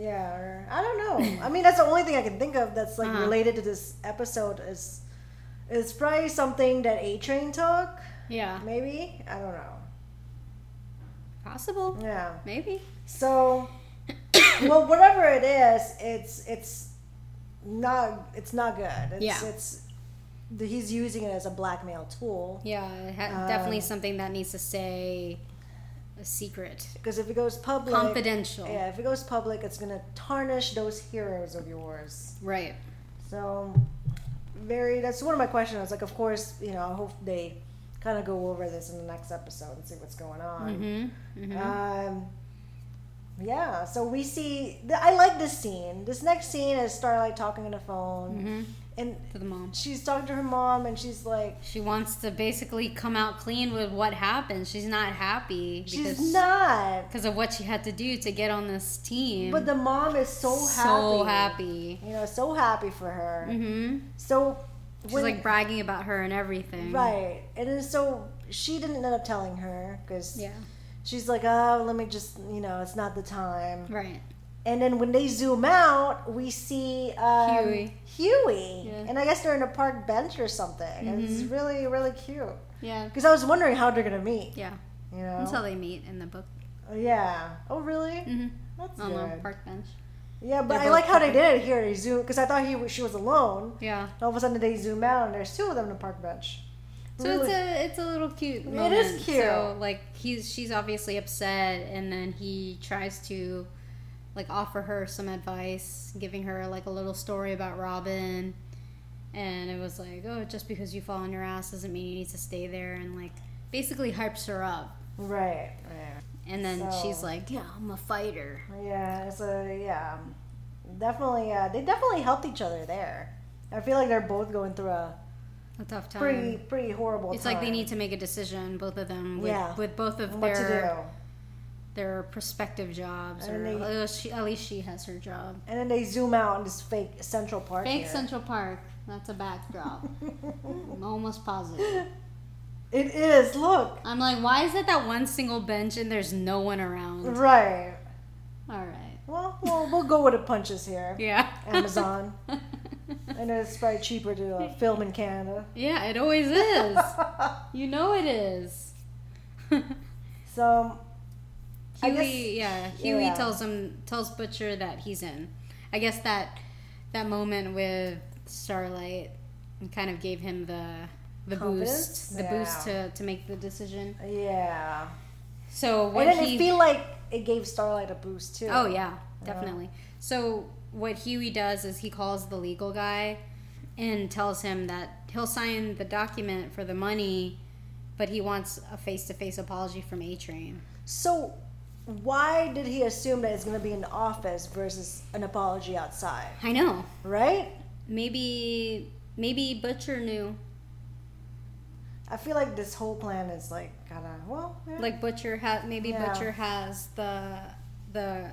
Speaker 2: Yeah, or, I don't know. I mean, that's the only thing I can think of that's like
Speaker 1: Uh-huh.
Speaker 2: related to this episode is it's probably something that A Train took,
Speaker 1: Yeah.
Speaker 2: maybe. I don't know.
Speaker 1: Possible.
Speaker 2: Yeah.
Speaker 1: Maybe.
Speaker 2: So, well, whatever it is, it's it's not it's not good. It's,
Speaker 1: Yeah.
Speaker 2: It's the, he's using it as a blackmail tool
Speaker 1: Yeah, it ha-
Speaker 2: Uh,
Speaker 1: definitely something that needs to stay a secret,
Speaker 2: because if it goes public,
Speaker 1: confidential.
Speaker 2: Yeah, if it goes public, it's gonna tarnish those heroes of yours.
Speaker 1: Right.
Speaker 2: So, very. That's one of my questions. I was like, of course, you know, I hope they kind of go over this in the next episode and see what's going on.
Speaker 1: hmm hmm
Speaker 2: Um, yeah, so we see. th- I like this scene. This next scene is Starlight talking on the phone,
Speaker 1: Mhm.
Speaker 2: and
Speaker 1: to the mom.
Speaker 2: she's talking to her mom, and she's like,
Speaker 1: She wants to basically come out clean with what happened. She's not happy
Speaker 2: she's not.
Speaker 1: because of what she had to do to get on this team.
Speaker 2: But the mom is so happy.
Speaker 1: so happy.
Speaker 2: You know, so happy for her.
Speaker 1: hmm
Speaker 2: So
Speaker 1: She's like bragging about her and everything.
Speaker 2: right, and then so she didn't end up telling her because
Speaker 1: Yeah.
Speaker 2: she's like, oh, let me just, you know, it's not the time.
Speaker 1: Right.
Speaker 2: And then when they zoom out, we see um,
Speaker 1: Huey.
Speaker 2: Huey.
Speaker 1: Yeah. Mm-hmm.
Speaker 2: and I guess they're in a park bench or something. And it's really, really cute.
Speaker 1: Yeah.
Speaker 2: Because I was wondering how they're gonna meet.
Speaker 1: Yeah.
Speaker 2: You know?
Speaker 1: That's how they meet in the book.
Speaker 2: yeah. Oh, really?
Speaker 1: hmm
Speaker 2: That's
Speaker 1: On the
Speaker 2: good.
Speaker 1: park bench.
Speaker 2: Yeah, but
Speaker 1: They're
Speaker 2: I
Speaker 1: both
Speaker 2: like how they did it here. They zoom because I thought he was- she was alone.
Speaker 1: Yeah.
Speaker 2: And all of a sudden they zoom out and there's two of them in the park bench.
Speaker 1: So it's a it's a little cute.
Speaker 2: is
Speaker 1: Moment.
Speaker 2: cute.
Speaker 1: So like he's she's obviously upset, and then he tries to like offer her some advice, giving her like a little story about Robin, and it was like, oh, just because you fall on your ass doesn't mean you need to stay there, and like basically hypes her up,
Speaker 2: right, right.
Speaker 1: and then
Speaker 2: So-
Speaker 1: she's like, yeah, I'm a fighter.
Speaker 2: Yeah, so yeah, definitely. Uh, they definitely helped each other there. I feel like they're both going through a
Speaker 1: A tough time.
Speaker 2: pretty, pretty horrible.
Speaker 1: Um, it's like they
Speaker 2: time.
Speaker 1: need to make a decision, both of them, with,
Speaker 2: Yeah.
Speaker 1: with both of
Speaker 2: what to
Speaker 1: their
Speaker 2: do.
Speaker 1: their prospective jobs,
Speaker 2: And
Speaker 1: or
Speaker 2: they-
Speaker 1: at least she- at least she has her job.
Speaker 2: And then they zoom out on this fake Central Park.
Speaker 1: Fake
Speaker 2: here.
Speaker 1: Central Park. That's a backdrop. I'm almost positive.
Speaker 2: It is. Look.
Speaker 1: I'm like, why is it that one single bench and there's no one around?
Speaker 2: Right.
Speaker 1: All right.
Speaker 2: Well, we'll, we'll go with the punches here.
Speaker 1: Yeah.
Speaker 2: Amazon. I know it's probably cheaper to uh, film in Canada.
Speaker 1: yeah, it always is. You know it is. Huey,
Speaker 2: so, um, I guess-
Speaker 1: yeah, Huey
Speaker 2: yeah.
Speaker 1: tells him tells Butcher that he's in. I guess that that moment with Starlight kind of gave him the the
Speaker 2: Confidence?
Speaker 1: boost, the boost
Speaker 2: Yeah.
Speaker 1: to to make the decision.
Speaker 2: yeah.
Speaker 1: So what
Speaker 2: and then
Speaker 1: he
Speaker 2: it feel like it gave Starlight a boost too.
Speaker 1: Oh yeah, definitely. So what Huey does is he calls the legal guy and tells him that he'll sign the document for the money, but he wants a face-to-face apology from A Train.
Speaker 2: So, why did he assume that it's going to be an office versus an apology outside?
Speaker 1: I know.
Speaker 2: Right?
Speaker 1: Maybe maybe Butcher knew.
Speaker 2: I feel like this whole plan is like kind of well. yeah.
Speaker 1: Like Butcher had maybe
Speaker 2: Yeah.
Speaker 1: Butcher has the the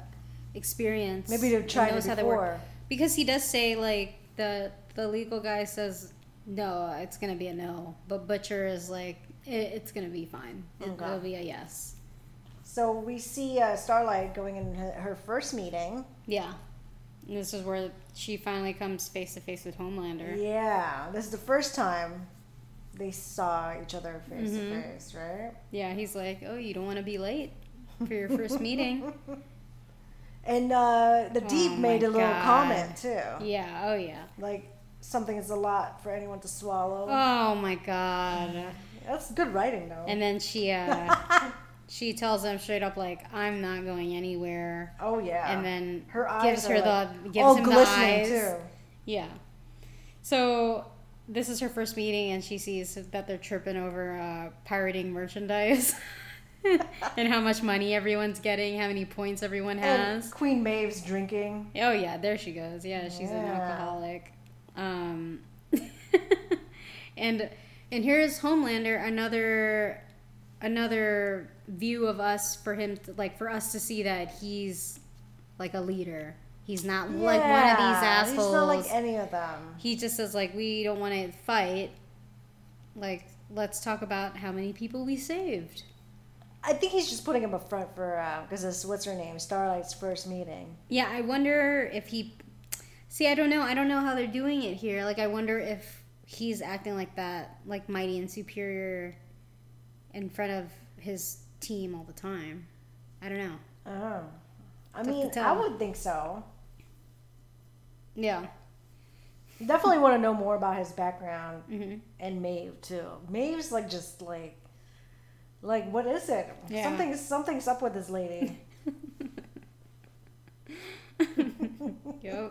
Speaker 1: experience.
Speaker 2: maybe they've
Speaker 1: and
Speaker 2: tried it
Speaker 1: knows how
Speaker 2: before.
Speaker 1: they work. because he does say like the the legal guy says no it's gonna be a no but butcher is like it, it's gonna be fine it,
Speaker 2: Okay.
Speaker 1: will be a yes
Speaker 2: So we see uh, Starlight going in her her first meeting.
Speaker 1: yeah and this is where she finally comes face to face with homelander
Speaker 2: Yeah, this is the first time they saw each other face to
Speaker 1: Mhm.
Speaker 2: face, right?
Speaker 1: yeah he's like oh you don't want to be late for your first meeting
Speaker 2: And uh, the
Speaker 1: Oh
Speaker 2: deep made
Speaker 1: my
Speaker 2: a little
Speaker 1: God.
Speaker 2: comment too,
Speaker 1: yeah oh yeah
Speaker 2: like something is a lot for anyone to swallow.
Speaker 1: oh my god
Speaker 2: That's good writing though.
Speaker 1: and then she uh she tells him straight up like i'm not going anywhere
Speaker 2: oh yeah.
Speaker 1: and then
Speaker 2: her eyes
Speaker 1: gives
Speaker 2: are
Speaker 1: her
Speaker 2: like,
Speaker 1: the gives
Speaker 2: all
Speaker 1: him the
Speaker 2: glistening
Speaker 1: eyes
Speaker 2: too.
Speaker 1: Yeah. So this is her first meeting, and she sees that they're tripping over uh, pirating merchandise and how much money everyone's getting, how many points everyone
Speaker 2: And
Speaker 1: has.
Speaker 2: Queen Maeve's drinking.
Speaker 1: oh yeah, there she goes. Yeah, she's an
Speaker 2: Yeah.
Speaker 1: alcoholic. Um, and and here's Homelander, another another view of us for him, to, like for us to see that he's like a leader. He's not like one of these
Speaker 2: Yeah,
Speaker 1: assholes
Speaker 2: He's not like any of them.
Speaker 1: he just says like we don't want to fight like let's talk about how many people we saved
Speaker 2: I think he's just putting him up front for because it's what's her name, Starlight's first meeting.
Speaker 1: yeah i wonder if he see i don't know i don't know how they're doing it here like i wonder if he's acting like that like mighty and superior in front of his team all the time i don't know
Speaker 2: Oh, I
Speaker 1: Tough to
Speaker 2: mean, I
Speaker 1: tell.
Speaker 2: would think so.
Speaker 1: yeah
Speaker 2: Definitely want to know more about his background
Speaker 1: mm-hmm.
Speaker 2: and Maeve too. Maeve's like just like, like what is it?
Speaker 1: Yeah.
Speaker 2: Something something's up with this lady.
Speaker 1: yep but yeah,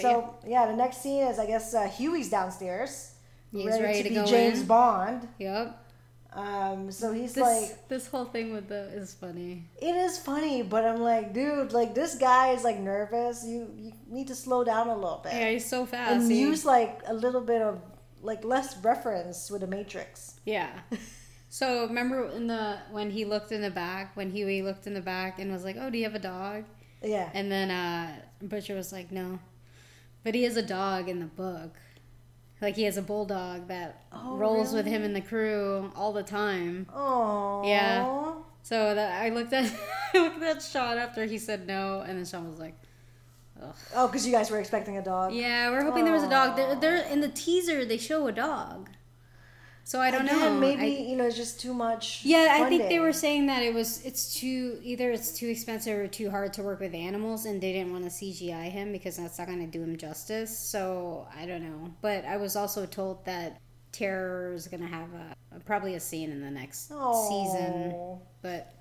Speaker 2: so yeah. the next scene is I guess uh, Huey's downstairs,
Speaker 1: he's ready, to,
Speaker 2: be
Speaker 1: go
Speaker 2: James
Speaker 1: in
Speaker 2: Bond.
Speaker 1: yep
Speaker 2: Um, so he's
Speaker 1: This
Speaker 2: like,
Speaker 1: this whole thing with the is funny.
Speaker 2: it is funny, but I'm like, dude, like this guy is like nervous. You you need to slow down a little bit
Speaker 1: Yeah, he's so fast.
Speaker 2: and
Speaker 1: he-
Speaker 2: use like a little bit of like less reference with the Matrix.
Speaker 1: Yeah. So remember in the when he looked in the back when Huey looked in the back and was like, "Oh, do you have a dog?"
Speaker 2: Yeah,
Speaker 1: And then uh, Butcher was like, "No," but he has a dog in the book. Like he has a bulldog that
Speaker 2: Oh,
Speaker 1: rolls with
Speaker 2: really?
Speaker 1: him and the crew all the time.
Speaker 2: Oh.
Speaker 1: Yeah. So that I looked at I looked at Sean after he said no, and then Sean was like, Ugh.
Speaker 2: Oh, because you guys were expecting a dog.
Speaker 1: "Yeah, we're hoping there was a dog." There, there in the teaser they show a dog, so I don't
Speaker 2: Again,
Speaker 1: know.
Speaker 2: Maybe
Speaker 1: I-
Speaker 2: you know, it's just too much.
Speaker 1: Yeah, I think
Speaker 2: funding.
Speaker 1: they were saying that it was it's too either it's too expensive or too hard to work with animals, and they didn't want to CGI him because that's not going to do him justice. So I don't know, but I was also told that Terror is going to have a probably a scene in the next season,
Speaker 2: Oh.
Speaker 1: but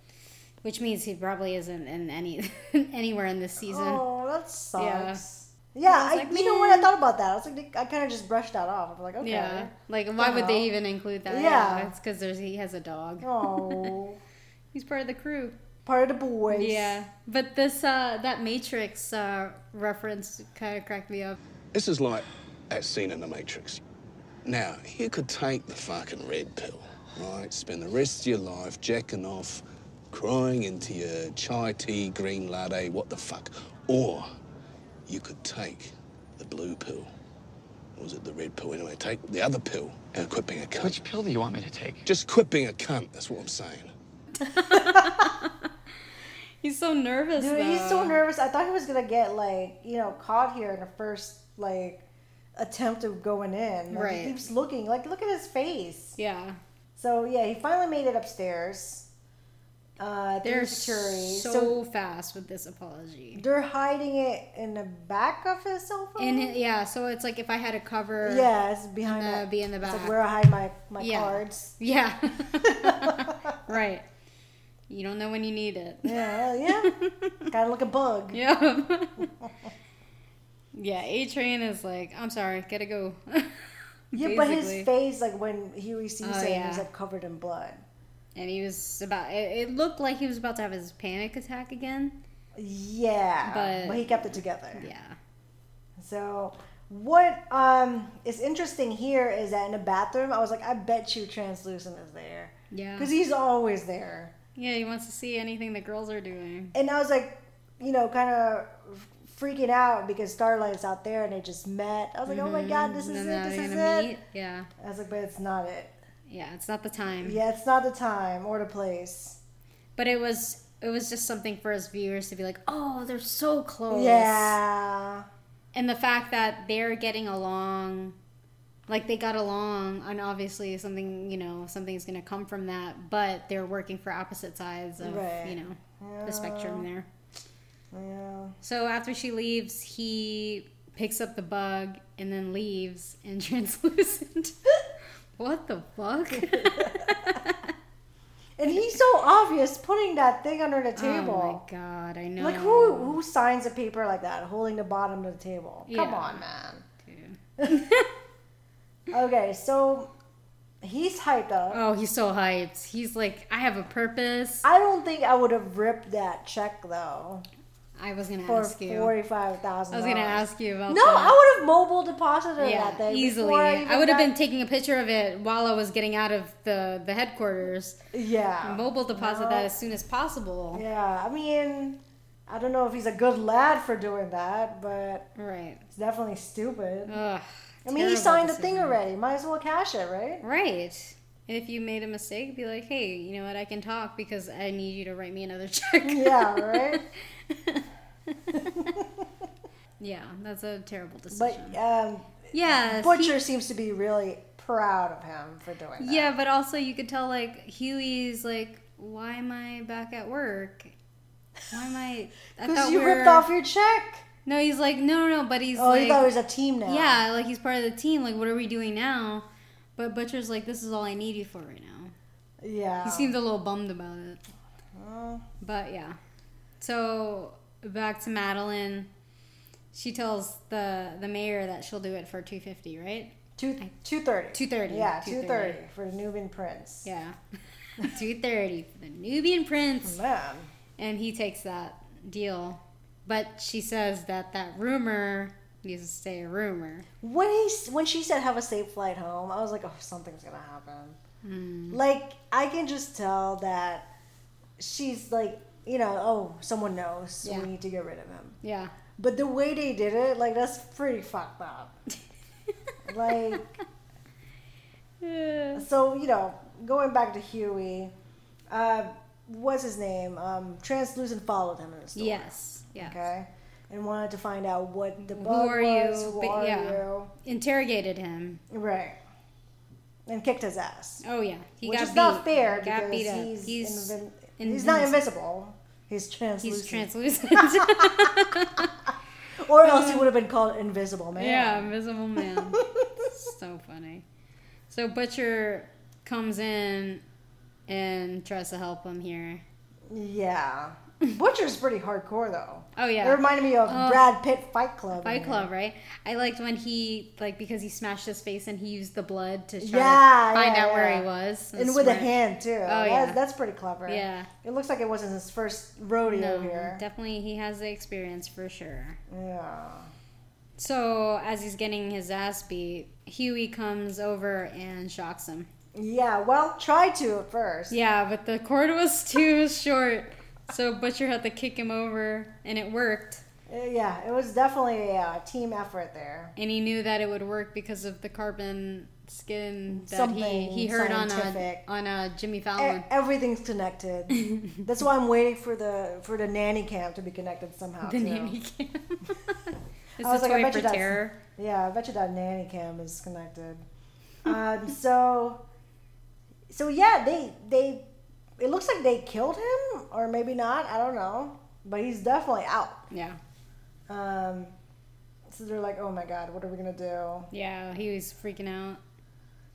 Speaker 1: which means he probably isn't in any anywhere in this season.
Speaker 2: Oh, that sucks. Yeah,
Speaker 1: I was
Speaker 2: I,
Speaker 1: like,
Speaker 2: you know what? I thought about that. I was like, they- I kind of just brushed that off. I'm like, okay.
Speaker 1: Yeah, like why would
Speaker 2: hell?
Speaker 1: they even include that?
Speaker 2: Yeah.
Speaker 1: it's because there's he has a dog.
Speaker 2: Oh,
Speaker 1: He's part of the crew.
Speaker 2: part of the boys.
Speaker 1: Yeah, but this uh, that Matrix uh, reference kind of cracked me up.
Speaker 3: This is like that scene in The Matrix. Now, you could take the fucking red pill, right? Spend the rest of your life jacking off, crying into your chai tea, green latte, what the fuck. Or you could take the blue pill. Or was it the red pill? Anyway, take the other pill and quit being a cunt.
Speaker 4: Which pill do you want me to take?
Speaker 3: Just quit being a cunt, that's what I'm saying.
Speaker 1: He's so nervous.
Speaker 2: Dude,
Speaker 1: though.
Speaker 2: he's so nervous. I thought he was gonna get like you know caught here in the first like attempt of going in. Like,
Speaker 1: Right.
Speaker 2: He keeps looking. Like, look at his face.
Speaker 1: Yeah,
Speaker 2: So yeah, he finally made it upstairs. Uh, through
Speaker 1: they're
Speaker 2: security.
Speaker 1: so, fast with this apology.
Speaker 2: they're hiding it in the back of his cell phone.
Speaker 1: And it- yeah, so it's like if I had a cover.
Speaker 2: yeah, it's behind
Speaker 1: uh,
Speaker 2: that.
Speaker 1: be in the
Speaker 2: It's like
Speaker 1: back.
Speaker 2: where I hide my my
Speaker 1: Yeah.
Speaker 2: cards.
Speaker 1: Yeah. right. You don't know when you need it.
Speaker 2: Yeah, yeah. Gotta look a bug.
Speaker 1: Yeah. yeah. A Train is like, I'm sorry, gotta go.
Speaker 2: Yeah, but his
Speaker 1: Basically.
Speaker 2: face, like when Huey sees
Speaker 1: Oh,
Speaker 2: him,
Speaker 1: yeah.
Speaker 2: he's like covered in blood.
Speaker 1: and he was about. It, it looked like he was about to have his panic attack again.
Speaker 2: Yeah,
Speaker 1: But-
Speaker 2: but, he kept it together.
Speaker 1: Yeah.
Speaker 2: So what um is interesting here is that in the bathroom, I was like, I bet you translucent is there
Speaker 1: Yeah.
Speaker 2: because he's always there,
Speaker 1: Yeah, he wants to see anything the girls are doing.
Speaker 2: and I was like, you know, kind of freaking out because Starlight's out there and they just met. I was like, oh my god, this
Speaker 1: And
Speaker 2: is
Speaker 1: then now
Speaker 2: it,
Speaker 1: Mm-hmm. they're
Speaker 2: this is
Speaker 1: gonna
Speaker 2: it.
Speaker 1: meet. Yeah,
Speaker 2: I was like, but it's not it.
Speaker 1: yeah, it's not the time.
Speaker 2: Yeah, it's not the time or the place.
Speaker 1: But it was it was just something for us viewers to be like, oh, they're so close.
Speaker 2: Yeah.
Speaker 1: And the fact that they're getting along, like they got along, and obviously something you know something's gonna come from that. But they're working for opposite sides of
Speaker 2: Right. Uh,
Speaker 1: you know the spectrum there.
Speaker 2: Yeah.
Speaker 1: So after she leaves, he picks up the bug and then leaves and translucent. what the fuck?
Speaker 2: And he's so obvious putting that thing under the table.
Speaker 1: Oh my god, I know.
Speaker 2: Like who who signs a paper like that, holding the bottom of the table? Come
Speaker 1: Yeah.
Speaker 2: on, man.
Speaker 1: Dude.
Speaker 2: Okay, so he's hyped up.
Speaker 1: Oh, he's so hyped. He's like, I have a purpose.
Speaker 2: I don't think I would have ripped that check though
Speaker 1: I was gonna
Speaker 2: for
Speaker 1: ask you.
Speaker 2: forty five thousand.
Speaker 1: I was gonna ask you about.
Speaker 2: No,
Speaker 1: that.
Speaker 2: I would have mobile deposited
Speaker 1: yeah,
Speaker 2: that thing
Speaker 1: easily.
Speaker 2: before even
Speaker 1: I would have
Speaker 2: got-
Speaker 1: been taking a picture of it while I was getting out of the the headquarters.
Speaker 2: Yeah,
Speaker 1: Mobile deposit
Speaker 2: Oh, No.
Speaker 1: that as soon as possible.
Speaker 2: Yeah, I mean, I don't know if he's a good lad for doing that, but
Speaker 1: Right.
Speaker 2: it's definitely stupid.
Speaker 1: Ugh.
Speaker 2: I mean, he
Speaker 1: terrible
Speaker 2: signed the thing
Speaker 1: decision.
Speaker 2: already. Might as well cash it, right?
Speaker 1: Right. And if you made a mistake, be like, hey, you know what? I can talk because I need you to write me another check.
Speaker 2: Yeah, right.
Speaker 1: yeah, that's a terrible decision.
Speaker 2: But um,
Speaker 1: yeah.
Speaker 2: Butcher seems to be really proud of him for doing that.
Speaker 1: Yeah, but also you could tell like Huey's like, why am I back at work? Why am I? I
Speaker 2: Because
Speaker 1: thought
Speaker 2: you
Speaker 1: we
Speaker 2: ripped
Speaker 1: were-
Speaker 2: off your check.
Speaker 1: No, he's like, no, no, no, but he's
Speaker 2: Oh,
Speaker 1: like,
Speaker 2: you thought it was a team now.
Speaker 1: yeah, like he's part of the team. Like, what are we doing now? But Butcher's like, this is all I need you for right now.
Speaker 2: Yeah.
Speaker 1: He seemed a little bummed about it.
Speaker 2: Oh.
Speaker 1: But yeah. So back to Madeline. She tells the the mayor that she'll do it for two fifty, right?
Speaker 2: Two two thirty.
Speaker 1: 2:30.
Speaker 2: Yeah, two
Speaker 1: 2:30.
Speaker 2: thirty for Nubian Prince.
Speaker 1: Yeah. 230 for the Nubian prince.
Speaker 2: Man.
Speaker 1: And he takes that deal. But she says that that rumor needs to stay a rumor.
Speaker 2: When he s- when she said have a safe flight home, I was like, oh, something's gonna happen.
Speaker 1: Hmm.
Speaker 2: Like I can just tell that she's like, you know, oh, someone knows.
Speaker 1: Yeah.
Speaker 2: We need to get rid of him.
Speaker 1: Yeah.
Speaker 2: But the way they did it, like that's pretty fucked up. like so, you know, going back to Huey, uh, what's his name? Um, Translucent followed him in the store.
Speaker 1: yes. Yeah.
Speaker 2: Okay. And wanted to find out what the bug
Speaker 1: are you?
Speaker 2: was. Who
Speaker 1: But
Speaker 2: are
Speaker 1: yeah.
Speaker 2: you?
Speaker 1: Interrogated him.
Speaker 2: Right. And kicked his ass.
Speaker 1: Oh yeah. He
Speaker 2: which
Speaker 1: got
Speaker 2: is
Speaker 1: beat.
Speaker 2: not fair
Speaker 1: He got
Speaker 2: because
Speaker 1: beat up.
Speaker 2: he's
Speaker 1: he's
Speaker 2: invin-
Speaker 1: in-
Speaker 2: he's not
Speaker 1: he's-
Speaker 2: invincible. He's translucent.
Speaker 1: he's translucent.
Speaker 2: or else he would have been called invisible man.
Speaker 1: Mm. Yeah, Invisible Man. so funny. So Butcher comes in and tries to help him here.
Speaker 2: Yeah. Butcher's pretty hardcore though.
Speaker 1: Oh
Speaker 2: It
Speaker 1: yeah.
Speaker 2: reminded me of
Speaker 1: Uh,
Speaker 2: Brad Pitt Fight Club. in
Speaker 1: Fight
Speaker 2: there.
Speaker 1: Club, right? I liked when he like because he smashed his face and he used the blood to try
Speaker 2: Yeah,
Speaker 1: to find
Speaker 2: yeah,
Speaker 1: out where
Speaker 2: yeah.
Speaker 1: he was.
Speaker 2: And with a
Speaker 1: swear-
Speaker 2: hand too. Oh,
Speaker 1: yeah.
Speaker 2: That's pretty clever.
Speaker 1: Yeah.
Speaker 2: It looks like it wasn't his first rodeo
Speaker 1: No,
Speaker 2: here.
Speaker 1: definitely he has the experience for sure.
Speaker 2: yeah.
Speaker 1: So as he's getting his ass beat, Huey comes over and shocks him.
Speaker 2: Yeah, well, try to at first.
Speaker 1: Yeah, but the cord was too short, so Butcher had to kick him over, and it worked.
Speaker 2: Uh, Yeah, it was definitely a uh, team effort there.
Speaker 1: And he knew that it would work because of the carbon skin that he,
Speaker 2: Something
Speaker 1: he heard on a,
Speaker 2: scientific.
Speaker 1: on a Jimmy
Speaker 2: E-
Speaker 1: Fallon.
Speaker 2: everything's connected. That's why I'm waiting for the for the nanny cam to be connected somehow.
Speaker 1: the
Speaker 2: too.
Speaker 1: name he gave. Is
Speaker 2: I
Speaker 1: this
Speaker 2: was like, I
Speaker 1: toy for
Speaker 2: bet you that's-
Speaker 1: terror?
Speaker 2: Yeah, I bet you that nanny cam is connected. um, so, so yeah, they they it looks like they killed him or maybe not. I don't know, but he's definitely out.
Speaker 1: Yeah.
Speaker 2: Um, so they're like, oh my god, what are we gonna do?
Speaker 1: Yeah, he was freaking out.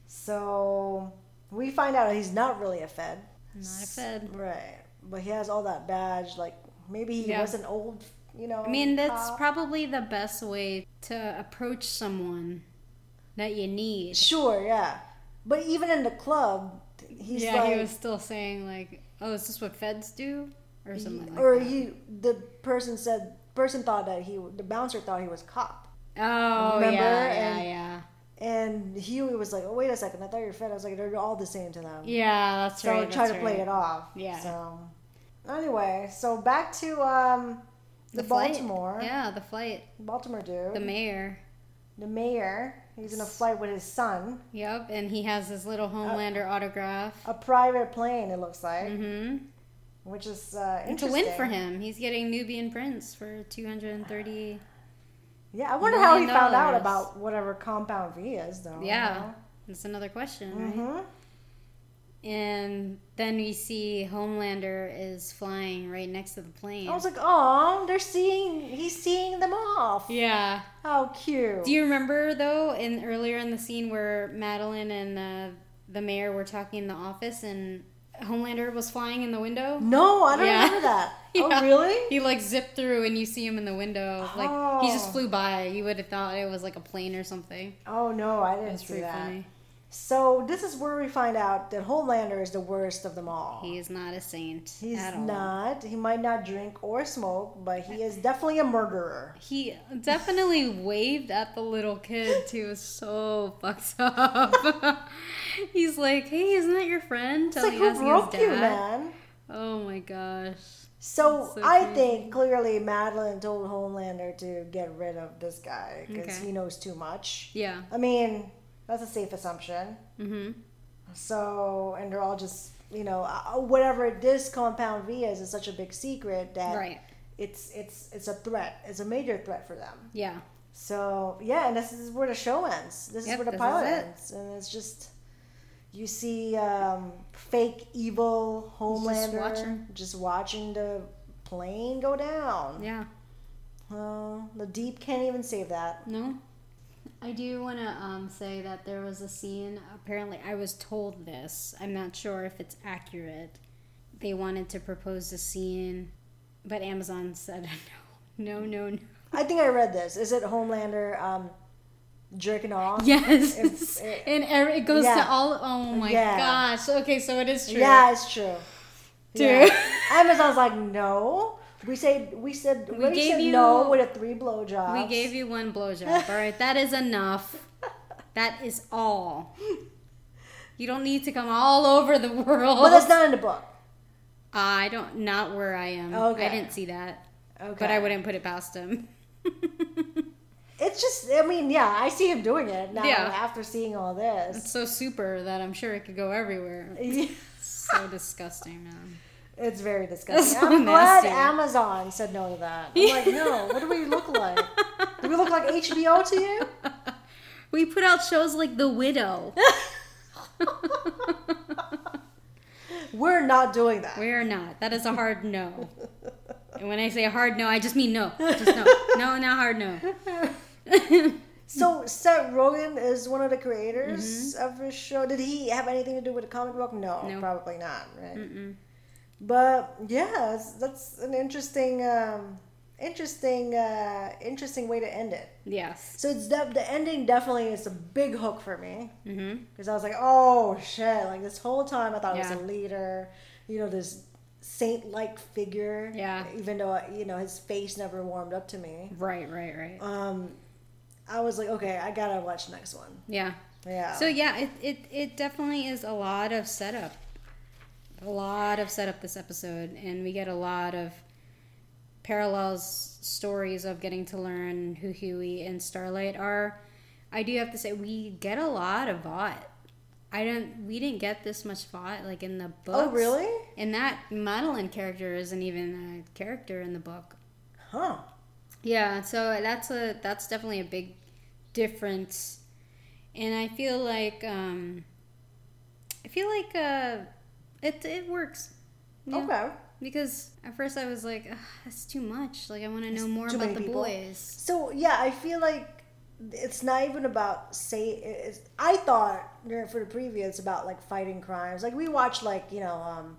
Speaker 2: So we find out he's not really a Fed.
Speaker 1: Not a fed.
Speaker 2: Right. But he has all that badge. Like maybe he
Speaker 1: Yeah.
Speaker 2: was an old, you know.
Speaker 1: I mean, that's
Speaker 2: cop.
Speaker 1: probably the best way to approach someone that you need.
Speaker 2: sure. Yeah. But even in the club, he's
Speaker 1: yeah,
Speaker 2: like,
Speaker 1: he was still saying like, "Oh, is this what feds do?" or something like
Speaker 2: or
Speaker 1: that.
Speaker 2: he. The person said. Person thought that he. The bouncer thought he was cop.
Speaker 1: oh
Speaker 2: remember?
Speaker 1: yeah, yeah,
Speaker 2: And-
Speaker 1: yeah,
Speaker 2: And Huey was like, "Oh wait a second, I thought you were fed." I was like, "They're all the same to them."
Speaker 1: yeah. That's
Speaker 2: so
Speaker 1: right.
Speaker 2: try
Speaker 1: that's
Speaker 2: to play
Speaker 1: right.
Speaker 2: it off.
Speaker 1: Yeah.
Speaker 2: So anyway, so back to um, the,
Speaker 1: flight.
Speaker 2: Baltimore, Mm-hmm.
Speaker 1: Yeah, the flight.
Speaker 2: Baltimore dude,
Speaker 1: The mayor.
Speaker 2: the mayor. He's in a flight with his son.
Speaker 1: Yep, and he has his
Speaker 2: Oh.
Speaker 1: little Homelander autograph.
Speaker 2: A private plane, it looks like.
Speaker 1: hmm
Speaker 2: which is uh,
Speaker 1: It's a
Speaker 2: interesting.
Speaker 1: win for him. He's getting Nubian Prince for two hundred and thirty.
Speaker 2: Yeah, I wonder how he
Speaker 1: Million
Speaker 2: found out
Speaker 1: dollars.
Speaker 2: about whatever compound V is, though.
Speaker 1: Yeah, that's another question, right?
Speaker 2: hmm
Speaker 1: And then we see Homelander is flying right next to the plane.
Speaker 2: I was like, oh, they're seeing, he's seeing them off.
Speaker 1: yeah.
Speaker 2: How cute.
Speaker 1: Do you remember though, in earlier in the scene where Madeline and uh, the mayor were talking in the office, and Homelander was flying in the window?
Speaker 2: no, I don't
Speaker 1: Yeah.
Speaker 2: remember that.
Speaker 1: Yeah.
Speaker 2: Oh, really?
Speaker 1: He like zipped through, and you see him in the window. Like he
Speaker 2: Oh.
Speaker 1: just flew by. You would have thought it was like a plane or something.
Speaker 2: Oh, no, I didn't
Speaker 1: That's
Speaker 2: see
Speaker 1: pretty
Speaker 2: that.
Speaker 1: funny.
Speaker 2: So, this is where we find out that Homelander is the worst of them all.
Speaker 1: He is not a saint
Speaker 2: He's
Speaker 1: at all.
Speaker 2: not. He might not drink or smoke, but he is definitely a murderer.
Speaker 1: He definitely waved at the little kid too. It was so fucked up. He's like, "Hey, isn't that your friend?"
Speaker 2: It's like,
Speaker 1: Telling
Speaker 2: who
Speaker 1: us he was
Speaker 2: broke you,
Speaker 1: dad.
Speaker 2: man?
Speaker 1: Oh my gosh.
Speaker 2: So,
Speaker 1: That's so
Speaker 2: I
Speaker 1: crazy.
Speaker 2: think clearly Madeline told Homelander to get rid of this guy because
Speaker 1: Okay.
Speaker 2: he knows too much.
Speaker 1: Yeah.
Speaker 2: I mean, that's a safe assumption.
Speaker 1: Mm-hmm.
Speaker 2: So, and they're all just, you know, uh, whatever this compound V is is such a big secret that
Speaker 1: Right.
Speaker 2: it's it's it's a threat. It's a major threat for them.
Speaker 1: Yeah.
Speaker 2: So yeah, and this is where the show ends. This
Speaker 1: Yep,
Speaker 2: is
Speaker 1: this
Speaker 2: where the
Speaker 1: is
Speaker 2: pilot
Speaker 1: it.
Speaker 2: ends, and it's just you see um, fake evil Homelander
Speaker 1: watching.
Speaker 2: just watching the plane go down.
Speaker 1: Yeah.
Speaker 2: Oh, the deep can't even save that.
Speaker 1: No. I do want to um, say that there was a scene. Apparently, I was told this. I'm not sure if it's accurate. They wanted to propose a scene, but Amazon said no, no, no, no.
Speaker 2: I think I read this. Is it Homelander? Um, jerking off.
Speaker 1: Yes.
Speaker 2: If- eh,
Speaker 1: and every, it goes
Speaker 2: Yeah.
Speaker 1: to all. Oh my
Speaker 2: Yeah.
Speaker 1: gosh. Okay, so it is true.
Speaker 2: Yeah, it's true.
Speaker 1: Dude.
Speaker 2: Yeah. Amazon's like, no. We say we said we,
Speaker 1: gave
Speaker 2: said
Speaker 1: you-
Speaker 2: no with a three blowjobs.
Speaker 1: We gave you one blowjob. All right, that is enough. That is all. You don't need to come all over the world.
Speaker 2: But that's not in the book.
Speaker 1: I don't. Not where I am.
Speaker 2: Okay.
Speaker 1: I didn't see that,
Speaker 2: Okay.
Speaker 1: but I wouldn't put it past him.
Speaker 2: It's just I mean, yeah, I see him doing it now
Speaker 1: Yeah.
Speaker 2: after seeing all this.
Speaker 1: it's so super that I'm sure it could go everywhere. so disgusting, man.
Speaker 2: It's very disgusting.
Speaker 1: so
Speaker 2: I'm glad
Speaker 1: nasty.
Speaker 2: Amazon said no to that. I'm like, no, what do we look like? Do we look like HBO to you?
Speaker 1: We put out shows like The Widow.
Speaker 2: We're not doing that.
Speaker 1: We are not. That is a hard no. And when I say hard no, I just mean no. Just no. No, not hard no.
Speaker 2: So Seth Rogen is one of the creators of this show. Did he have anything to do with the comic book? No,
Speaker 1: Mm-hmm. No.
Speaker 2: probably not. Right. But yeah, that's, that's an interesting, um, interesting, uh, interesting way to end it.
Speaker 1: Yes.
Speaker 2: So it's def- the ending definitely is a big hook for me
Speaker 1: Mm-hmm.
Speaker 2: because I was like, oh shit! Like this whole time, I thought it was
Speaker 1: Yeah.
Speaker 2: a leader. You know, this saint-like figure.
Speaker 1: Yeah.
Speaker 2: Even though you know his face never warmed up to me,
Speaker 1: Right, right, right.
Speaker 2: um, I was like, okay, I gotta watch next one.
Speaker 1: Yeah.
Speaker 2: Yeah.
Speaker 1: So yeah, it, it it definitely is a lot of setup. A lot of setup this episode and we get a lot of parallels stories of getting to learn who Huey and Starlight are. I do have to say we get a lot of Vought. I don't we didn't get this much Vought like in the books.
Speaker 2: oh, really?
Speaker 1: And that Madeline character isn't even a character in the book.
Speaker 2: Huh.
Speaker 1: Yeah, so that's a that's definitely a big difference, and I feel like um, I feel like uh, it it works. Yeah.
Speaker 2: Okay.
Speaker 1: Because at first I was like, "Ugh, that's too much. Like I want to know more
Speaker 2: too
Speaker 1: about
Speaker 2: many
Speaker 1: the
Speaker 2: people."
Speaker 1: boys.
Speaker 2: So yeah, I feel like it's not even about say. It's, I thought during for the preview, it's about like fighting crimes. Like we watch like you know um,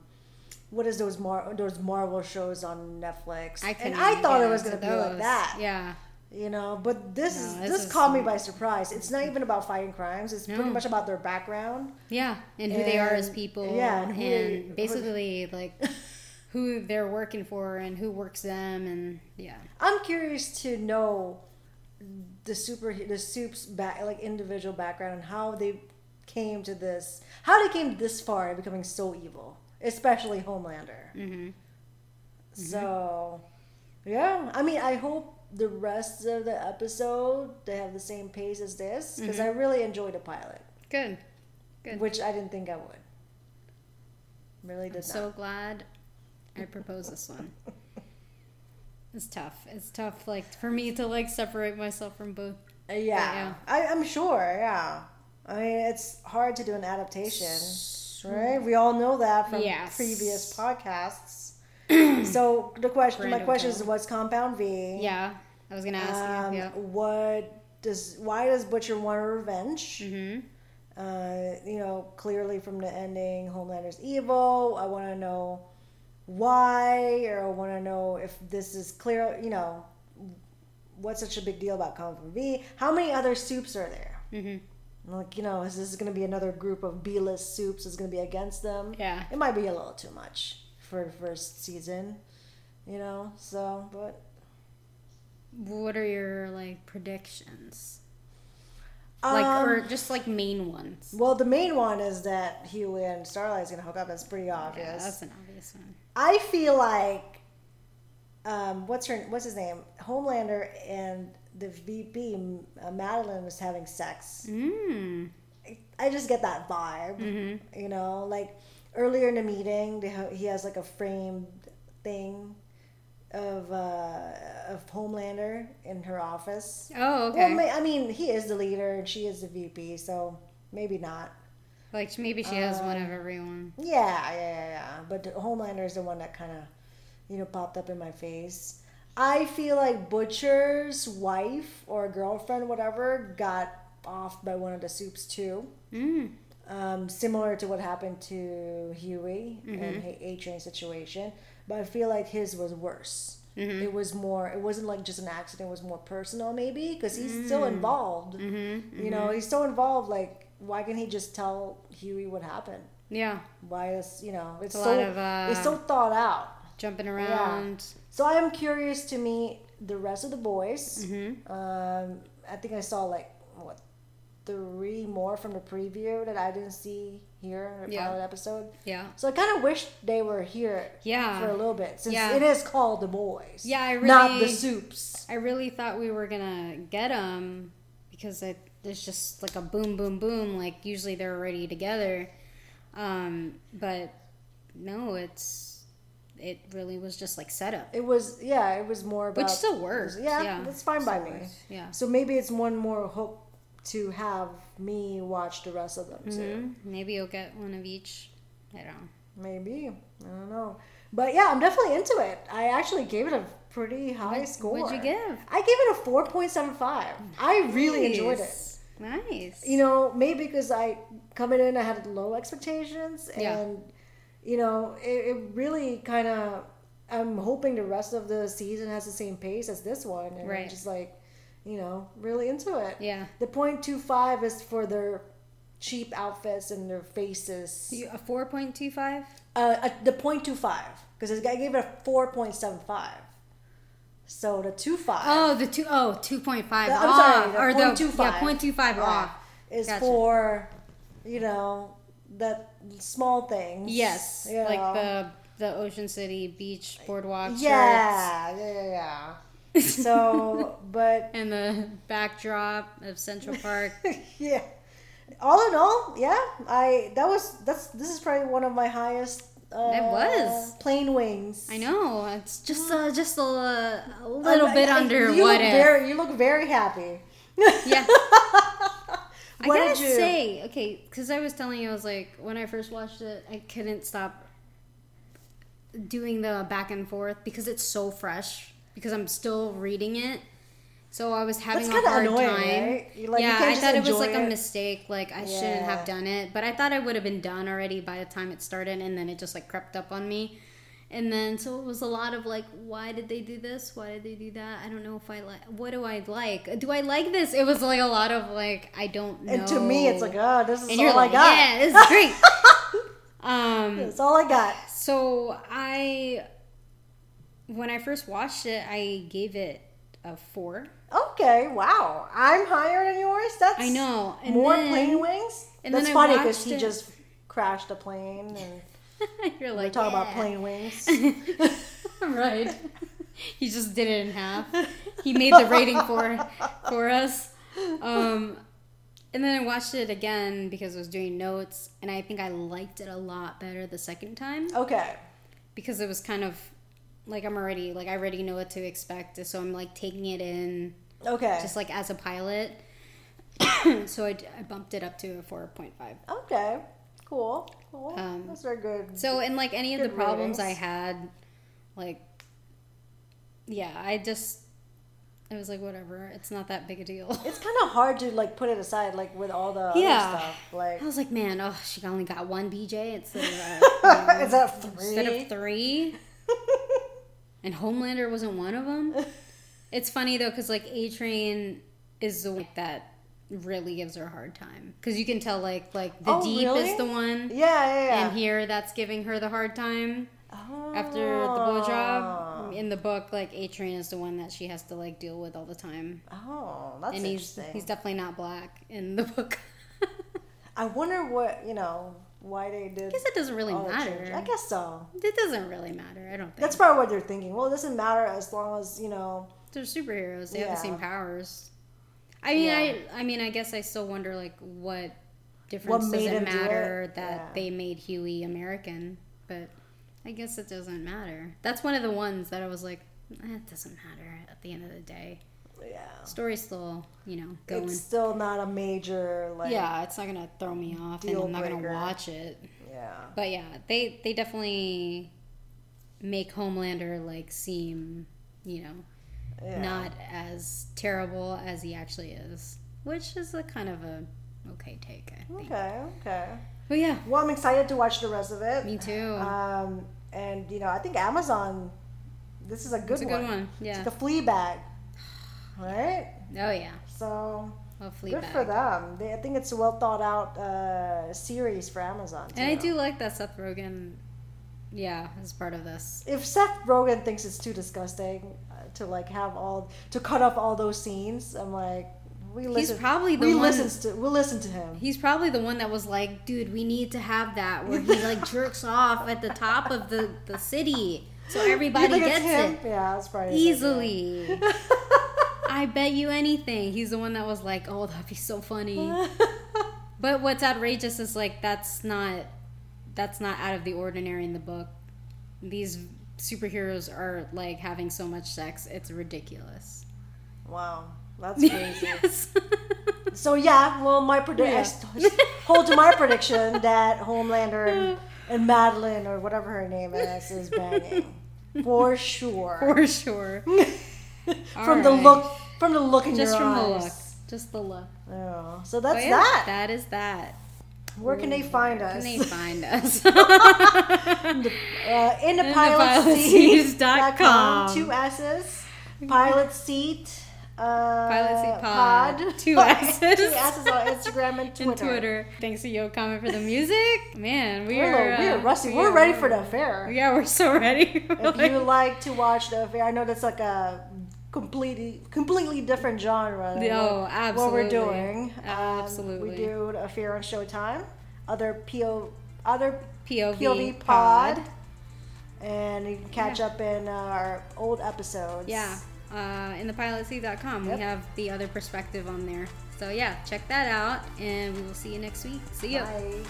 Speaker 2: what is those Mar those Marvel shows on Netflix? and
Speaker 1: couldn't
Speaker 2: I
Speaker 1: even
Speaker 2: thought
Speaker 1: get
Speaker 2: it was gonna
Speaker 1: into
Speaker 2: be like
Speaker 1: those.
Speaker 2: that.
Speaker 1: Yeah,
Speaker 2: You know, but this
Speaker 1: No,
Speaker 2: is
Speaker 1: this
Speaker 2: this,
Speaker 1: is-
Speaker 2: caught me by surprise. It's not even about fighting crimes. It's
Speaker 1: No.
Speaker 2: pretty much about their background.
Speaker 1: yeah, and who they are as
Speaker 2: And-
Speaker 1: people.
Speaker 2: yeah,
Speaker 1: and,
Speaker 2: and who they- who-
Speaker 1: basically like who they're working for and who works them, and yeah.
Speaker 2: I'm curious to know the super the soup's back like individual background and how they came to this how they came this far in becoming so evil, especially Homelander.
Speaker 1: Mhm.
Speaker 2: So, yeah, I mean, I hope the rest of the episode they have the same pace as this because I really enjoyed the pilot,
Speaker 1: Good. Good.
Speaker 2: which I didn't think I would. Really did
Speaker 1: so glad I proposed this one. It's tough. It's tough, like for me to like separate myself from both.
Speaker 2: not. Uh, Yeah,
Speaker 1: yeah.
Speaker 2: I, I'm sure. Yeah, I mean, it's hard to do an adaptation. Right, we all know that from
Speaker 1: Yes.
Speaker 2: previous podcasts. so the question, my
Speaker 1: Grand
Speaker 2: question is,
Speaker 1: Hotel.
Speaker 2: what's Compound V?
Speaker 1: Yeah, I was gonna ask
Speaker 2: Um,
Speaker 1: you. Yeah.
Speaker 2: What does why does Butcher want revenge?
Speaker 1: Mm-hmm.
Speaker 2: Uh, you know, clearly from the ending, Homelander's evil. I want to know why, or I want to know if this is clear. You know, what's such a big deal about Compound V? How many other soups are there?
Speaker 1: Mm-hmm.
Speaker 2: Like, you know, is this going to be another group of B-list soups is going to be against them?
Speaker 1: Yeah.
Speaker 2: it might be a little too much for the first season, you know. So, but
Speaker 1: What are your like predictions? Like,
Speaker 2: um,
Speaker 1: or just like main ones?
Speaker 2: well, the main one is that Huey and Starlight's gonna hook up. That's pretty obvious.
Speaker 1: Yeah, that's an obvious one.
Speaker 2: I feel like, um, what's her, what's his name, Homelander and the VP M- uh, Madeline was having sex. Hmm.
Speaker 1: Mm.
Speaker 2: I just get that vibe, you know. Like earlier in the meeting, they, ha- he has like a framed thing of uh, of Homelander in her office.
Speaker 1: Oh,
Speaker 2: Well,
Speaker 1: okay.
Speaker 2: ma- I mean, he is the leader and she is the VP, so maybe not.
Speaker 1: like maybe she has one
Speaker 2: um,
Speaker 1: of everyone.
Speaker 2: Yeah, yeah, yeah, yeah. But the Homelander is the one that kind of, you know, popped up in my face. I feel like Butcher's wife or girlfriend, whatever, got off by one of the soups too.
Speaker 1: Mm.
Speaker 2: Um, similar to what happened to Huey and H Train situation, but I feel like his was worse. It was more. It wasn't like just an accident. It was more personal, maybe, because he's still involved. You know, he's so involved. Like, why can't he just tell Huey what happened?
Speaker 1: Yeah.
Speaker 2: Why is you know? It's
Speaker 1: A
Speaker 2: so
Speaker 1: lot of, uh,
Speaker 2: it's so thought out.
Speaker 1: Jumping around.
Speaker 2: So I am curious to meet the rest of the boys.
Speaker 1: Mm-hmm.
Speaker 2: Um, I think I saw like what three more from the preview that I didn't see here in the
Speaker 1: Yeah.
Speaker 2: pilot episode.
Speaker 1: Yeah.
Speaker 2: So I kind of wish they were here
Speaker 1: Yeah.
Speaker 2: for a little bit since
Speaker 1: Yeah.
Speaker 2: it is called the boys.
Speaker 1: Yeah, I
Speaker 2: not the
Speaker 1: really-
Speaker 2: soups.
Speaker 1: I really thought we were gonna get them because it, it's just like a boom, boom, boom. Like usually they're already together, um, but no, it's it really was just like setup,
Speaker 2: It was yeah, it was more about
Speaker 1: which still works.
Speaker 2: yeah,
Speaker 1: yeah,
Speaker 2: it's fine by me.
Speaker 1: yeah.
Speaker 2: So maybe it's one more hook to have me watch the rest of them too.
Speaker 1: Mhm. Maybe you'll get one of each. I don't know.
Speaker 2: Maybe. I don't know. But yeah, I'm definitely into it. I actually gave it a pretty high score.
Speaker 1: what'd you give?
Speaker 2: I gave it a 4.75. I really enjoyed it.
Speaker 1: Nice. Nice.
Speaker 2: You know, maybe because I coming in, I had low expectations, and
Speaker 1: Yeah.
Speaker 2: you know, it, it really kind of. I'm hoping the rest of the season has the same pace as this one, and I'm
Speaker 1: Right.
Speaker 2: just like, you know, really into it.
Speaker 1: Yeah.
Speaker 2: The point two five is for their cheap outfits and their faces.
Speaker 1: You- a four point two five.
Speaker 2: Uh, uh, the point two five because I gave it a four point seven five. So the two five.
Speaker 1: Oh, the two oh two point five
Speaker 2: The-
Speaker 1: off
Speaker 2: I'm sorry, the
Speaker 1: or the
Speaker 2: 0.25.
Speaker 1: yeah point two five
Speaker 2: Yeah.
Speaker 1: off.
Speaker 2: is
Speaker 1: Gotcha.
Speaker 2: for, you know, the small things.
Speaker 1: Yes,
Speaker 2: you know.
Speaker 1: like the the Ocean City beach boardwalk shirts
Speaker 2: Yeah, yeah, yeah, yeah. So, but
Speaker 1: and the backdrop of Central Park.
Speaker 2: yeah. All in all, yeah, I that was that's this is probably one of my highest. Uh,
Speaker 1: That was.
Speaker 2: plane wings.
Speaker 1: I know it's just uh, just a, li- a little bit
Speaker 2: I- I-
Speaker 1: under
Speaker 2: you
Speaker 1: what
Speaker 2: look
Speaker 1: if.
Speaker 2: Very, you look very happy.
Speaker 1: yeah, I
Speaker 2: What
Speaker 1: gotta
Speaker 2: did you-
Speaker 1: say okay because I was telling you I was like when I first watched it I couldn't stop doing the back and forth because it's so fresh because I'm still reading it. So I was having
Speaker 2: That's
Speaker 1: a
Speaker 2: kinda
Speaker 1: hard
Speaker 2: annoying,
Speaker 1: time.
Speaker 2: right? You- like, you
Speaker 1: yeah, I
Speaker 2: can't just
Speaker 1: thought it was
Speaker 2: enjoy
Speaker 1: like a
Speaker 2: it.
Speaker 1: mistake. Like I shouldn't
Speaker 2: Yeah.
Speaker 1: have done it, but I thought I would have been done already by the time it started, and then it just like crept up on me. And then so it was a lot of like, why did they do this? Why did they do that? I don't know if I like. What do I like? Do I like this? It was like a lot of like, I don't know.
Speaker 2: And to me, it's like, oh, this is
Speaker 1: and
Speaker 2: all
Speaker 1: you're
Speaker 2: I
Speaker 1: like,
Speaker 2: got.
Speaker 1: yeah, this is great. um,
Speaker 2: That's all I got.
Speaker 1: so I, when I first watched it, I gave it a four.
Speaker 2: Okay, wow. I'm higher than yours. That's
Speaker 1: I know. And
Speaker 2: more
Speaker 1: then-
Speaker 2: plane wings.
Speaker 1: and
Speaker 2: That's
Speaker 1: then I
Speaker 2: funny because
Speaker 1: watched
Speaker 2: he
Speaker 1: it.
Speaker 2: just crashed a plane, and
Speaker 1: You're
Speaker 2: we
Speaker 1: like
Speaker 2: talk about
Speaker 1: "Yeah."
Speaker 2: plane wings.
Speaker 1: right. he just did it in half. He made the rating for for us. Um, and then I watched it again because I was doing notes, and I think I liked it a lot better the second time
Speaker 2: Okay,
Speaker 1: because it was kind of like I'm already like I already know what to expect, so I'm like taking it in
Speaker 2: okay,
Speaker 1: just like as a pilot. so I, I bumped it up to a four point five.
Speaker 2: okay, cool, cool.
Speaker 1: Um,
Speaker 2: Those are good.
Speaker 1: So in like any of
Speaker 2: Good
Speaker 1: the problems I
Speaker 2: ratings.
Speaker 1: had, like yeah, I just I was like whatever, it's not that big a deal.
Speaker 2: It's kind of hard to like put it aside, like with all the
Speaker 1: Yeah.
Speaker 2: other stuff. Like,
Speaker 1: I was like, man, oh, she only got one BJ instead of, uh,
Speaker 2: is that three?
Speaker 1: instead of three, and Homelander wasn't one of them. It's funny though, because like A Train is the one that really gives her a hard time, because you can tell like like the
Speaker 2: Oh,
Speaker 1: deep
Speaker 2: really?
Speaker 1: is the one,
Speaker 2: yeah, yeah, yeah.
Speaker 1: and here that's giving her the hard time.
Speaker 2: Oh.
Speaker 1: after the blowjob in the book, like A Train is the one that she has to like deal with all the time,
Speaker 2: Oh, that's
Speaker 1: and he's
Speaker 2: interesting.
Speaker 1: he's definitely not black in the book.
Speaker 2: I wonder what you know why they
Speaker 1: I
Speaker 2: did.
Speaker 1: guess it doesn't really
Speaker 2: all the changes.
Speaker 1: matter.
Speaker 2: Oh, I guess so.
Speaker 1: it doesn't really matter. I don't think
Speaker 2: That's probably what they're thinking. Well, it doesn't matter as long as you know.
Speaker 1: they're superheroes. They have
Speaker 2: Yeah.
Speaker 1: the same powers. I mean,
Speaker 2: Yeah.
Speaker 1: I I mean, I guess I still wonder like what difference does
Speaker 2: made
Speaker 1: it
Speaker 2: him do
Speaker 1: matter
Speaker 2: it?
Speaker 1: that
Speaker 2: Yeah.
Speaker 1: they made Huey American, but I guess it doesn't matter. That's one of the ones that I was like, eh, it doesn't matter at the end of the day.
Speaker 2: Yeah,
Speaker 1: Story's still, you know, going.
Speaker 2: it's still not a major like.
Speaker 1: yeah, it's not gonna throw me off, and
Speaker 2: Deal
Speaker 1: I'm not
Speaker 2: breaker.
Speaker 1: gonna watch it.
Speaker 2: yeah.
Speaker 1: But yeah, they they definitely make Homelander like seem, you know,
Speaker 2: yeah.
Speaker 1: not as terrible as he actually is, which is a kind of a okay take. I think.
Speaker 2: Okay. Okay.
Speaker 1: But yeah,
Speaker 2: Well, I'm excited to watch the rest of it.
Speaker 1: me too.
Speaker 2: Um, and you know, I think Amazon this is a good
Speaker 1: It's a
Speaker 2: one.
Speaker 1: good one.
Speaker 2: It's
Speaker 1: Yeah.
Speaker 2: like a flea bag. Right?
Speaker 1: Oh yeah.
Speaker 2: So
Speaker 1: A
Speaker 2: good for
Speaker 1: Fleabag.
Speaker 2: them. They, I think it's a well thought out uh, series for Amazon.
Speaker 1: And I
Speaker 2: too.
Speaker 1: do like that Seth Rogen. Yeah, is part of this.
Speaker 2: If Seth Rogen thinks it's too disgusting uh, to like have all to cut up all those scenes, I'm like, we listen.
Speaker 1: probably the
Speaker 2: we
Speaker 1: one-
Speaker 2: listens to we'll listen to him.
Speaker 1: He's probably the one that was like, dude, we need to have that where he like jerks off at the top of the, the city so
Speaker 2: You
Speaker 1: everybody
Speaker 2: think it's
Speaker 1: gets
Speaker 2: him?
Speaker 1: it
Speaker 2: Yeah, that's probably his
Speaker 1: easily.
Speaker 2: idea.
Speaker 1: I bet you anything. He's the one that was like, oh, that'd be so funny. But what's outrageous is like that's not that's not out of the ordinary in the book. These superheroes are like having so much sex, it's ridiculous.
Speaker 2: wow, that's crazy.
Speaker 1: yes.
Speaker 2: so yeah, well, my prediction hold to my prediction that Homelander and, and Madeline or whatever her name is is banging for sure.
Speaker 1: For sure.
Speaker 2: from the
Speaker 1: right.
Speaker 2: look, from the look in
Speaker 1: Just
Speaker 2: your
Speaker 1: from the
Speaker 2: eyes.
Speaker 1: look. Just the look.
Speaker 2: Yeah. So that's
Speaker 1: But yeah,
Speaker 2: that.
Speaker 1: That is that.
Speaker 2: Where can they find us?
Speaker 1: Can they find us?
Speaker 2: uh, in the
Speaker 1: In the
Speaker 2: pilot
Speaker 1: pilotseats.com.
Speaker 2: seat.com. Two S's. Pilot seat. Uh,
Speaker 1: Pilot Seat Pod. Two S's.
Speaker 2: two S's on Instagram and Twitter.
Speaker 1: and Twitter. Thanks to Yo Comment for the music. Man, we
Speaker 2: We're,
Speaker 1: are
Speaker 2: we're,
Speaker 1: uh,
Speaker 2: rusty.
Speaker 1: we
Speaker 2: We're
Speaker 1: are-
Speaker 2: ready for the affair.
Speaker 1: Yeah, we're so ready.
Speaker 2: If you like to watch the affair, I know that's like a completely completely different genre. than
Speaker 1: Oh,
Speaker 2: what- What we're
Speaker 1: absolutely.
Speaker 2: doing. Um,
Speaker 1: Absolutely.
Speaker 2: we do the affair on Showtime. Other PO. Other
Speaker 1: POV,
Speaker 2: POV pod. And you can catch up in uh, our old episodes.
Speaker 1: Yeah. Uh, in thepilotseat.com.
Speaker 2: Yep.
Speaker 1: We have the other perspective on there. So yeah, check that out and we will see you next week. See ya.
Speaker 2: Bye.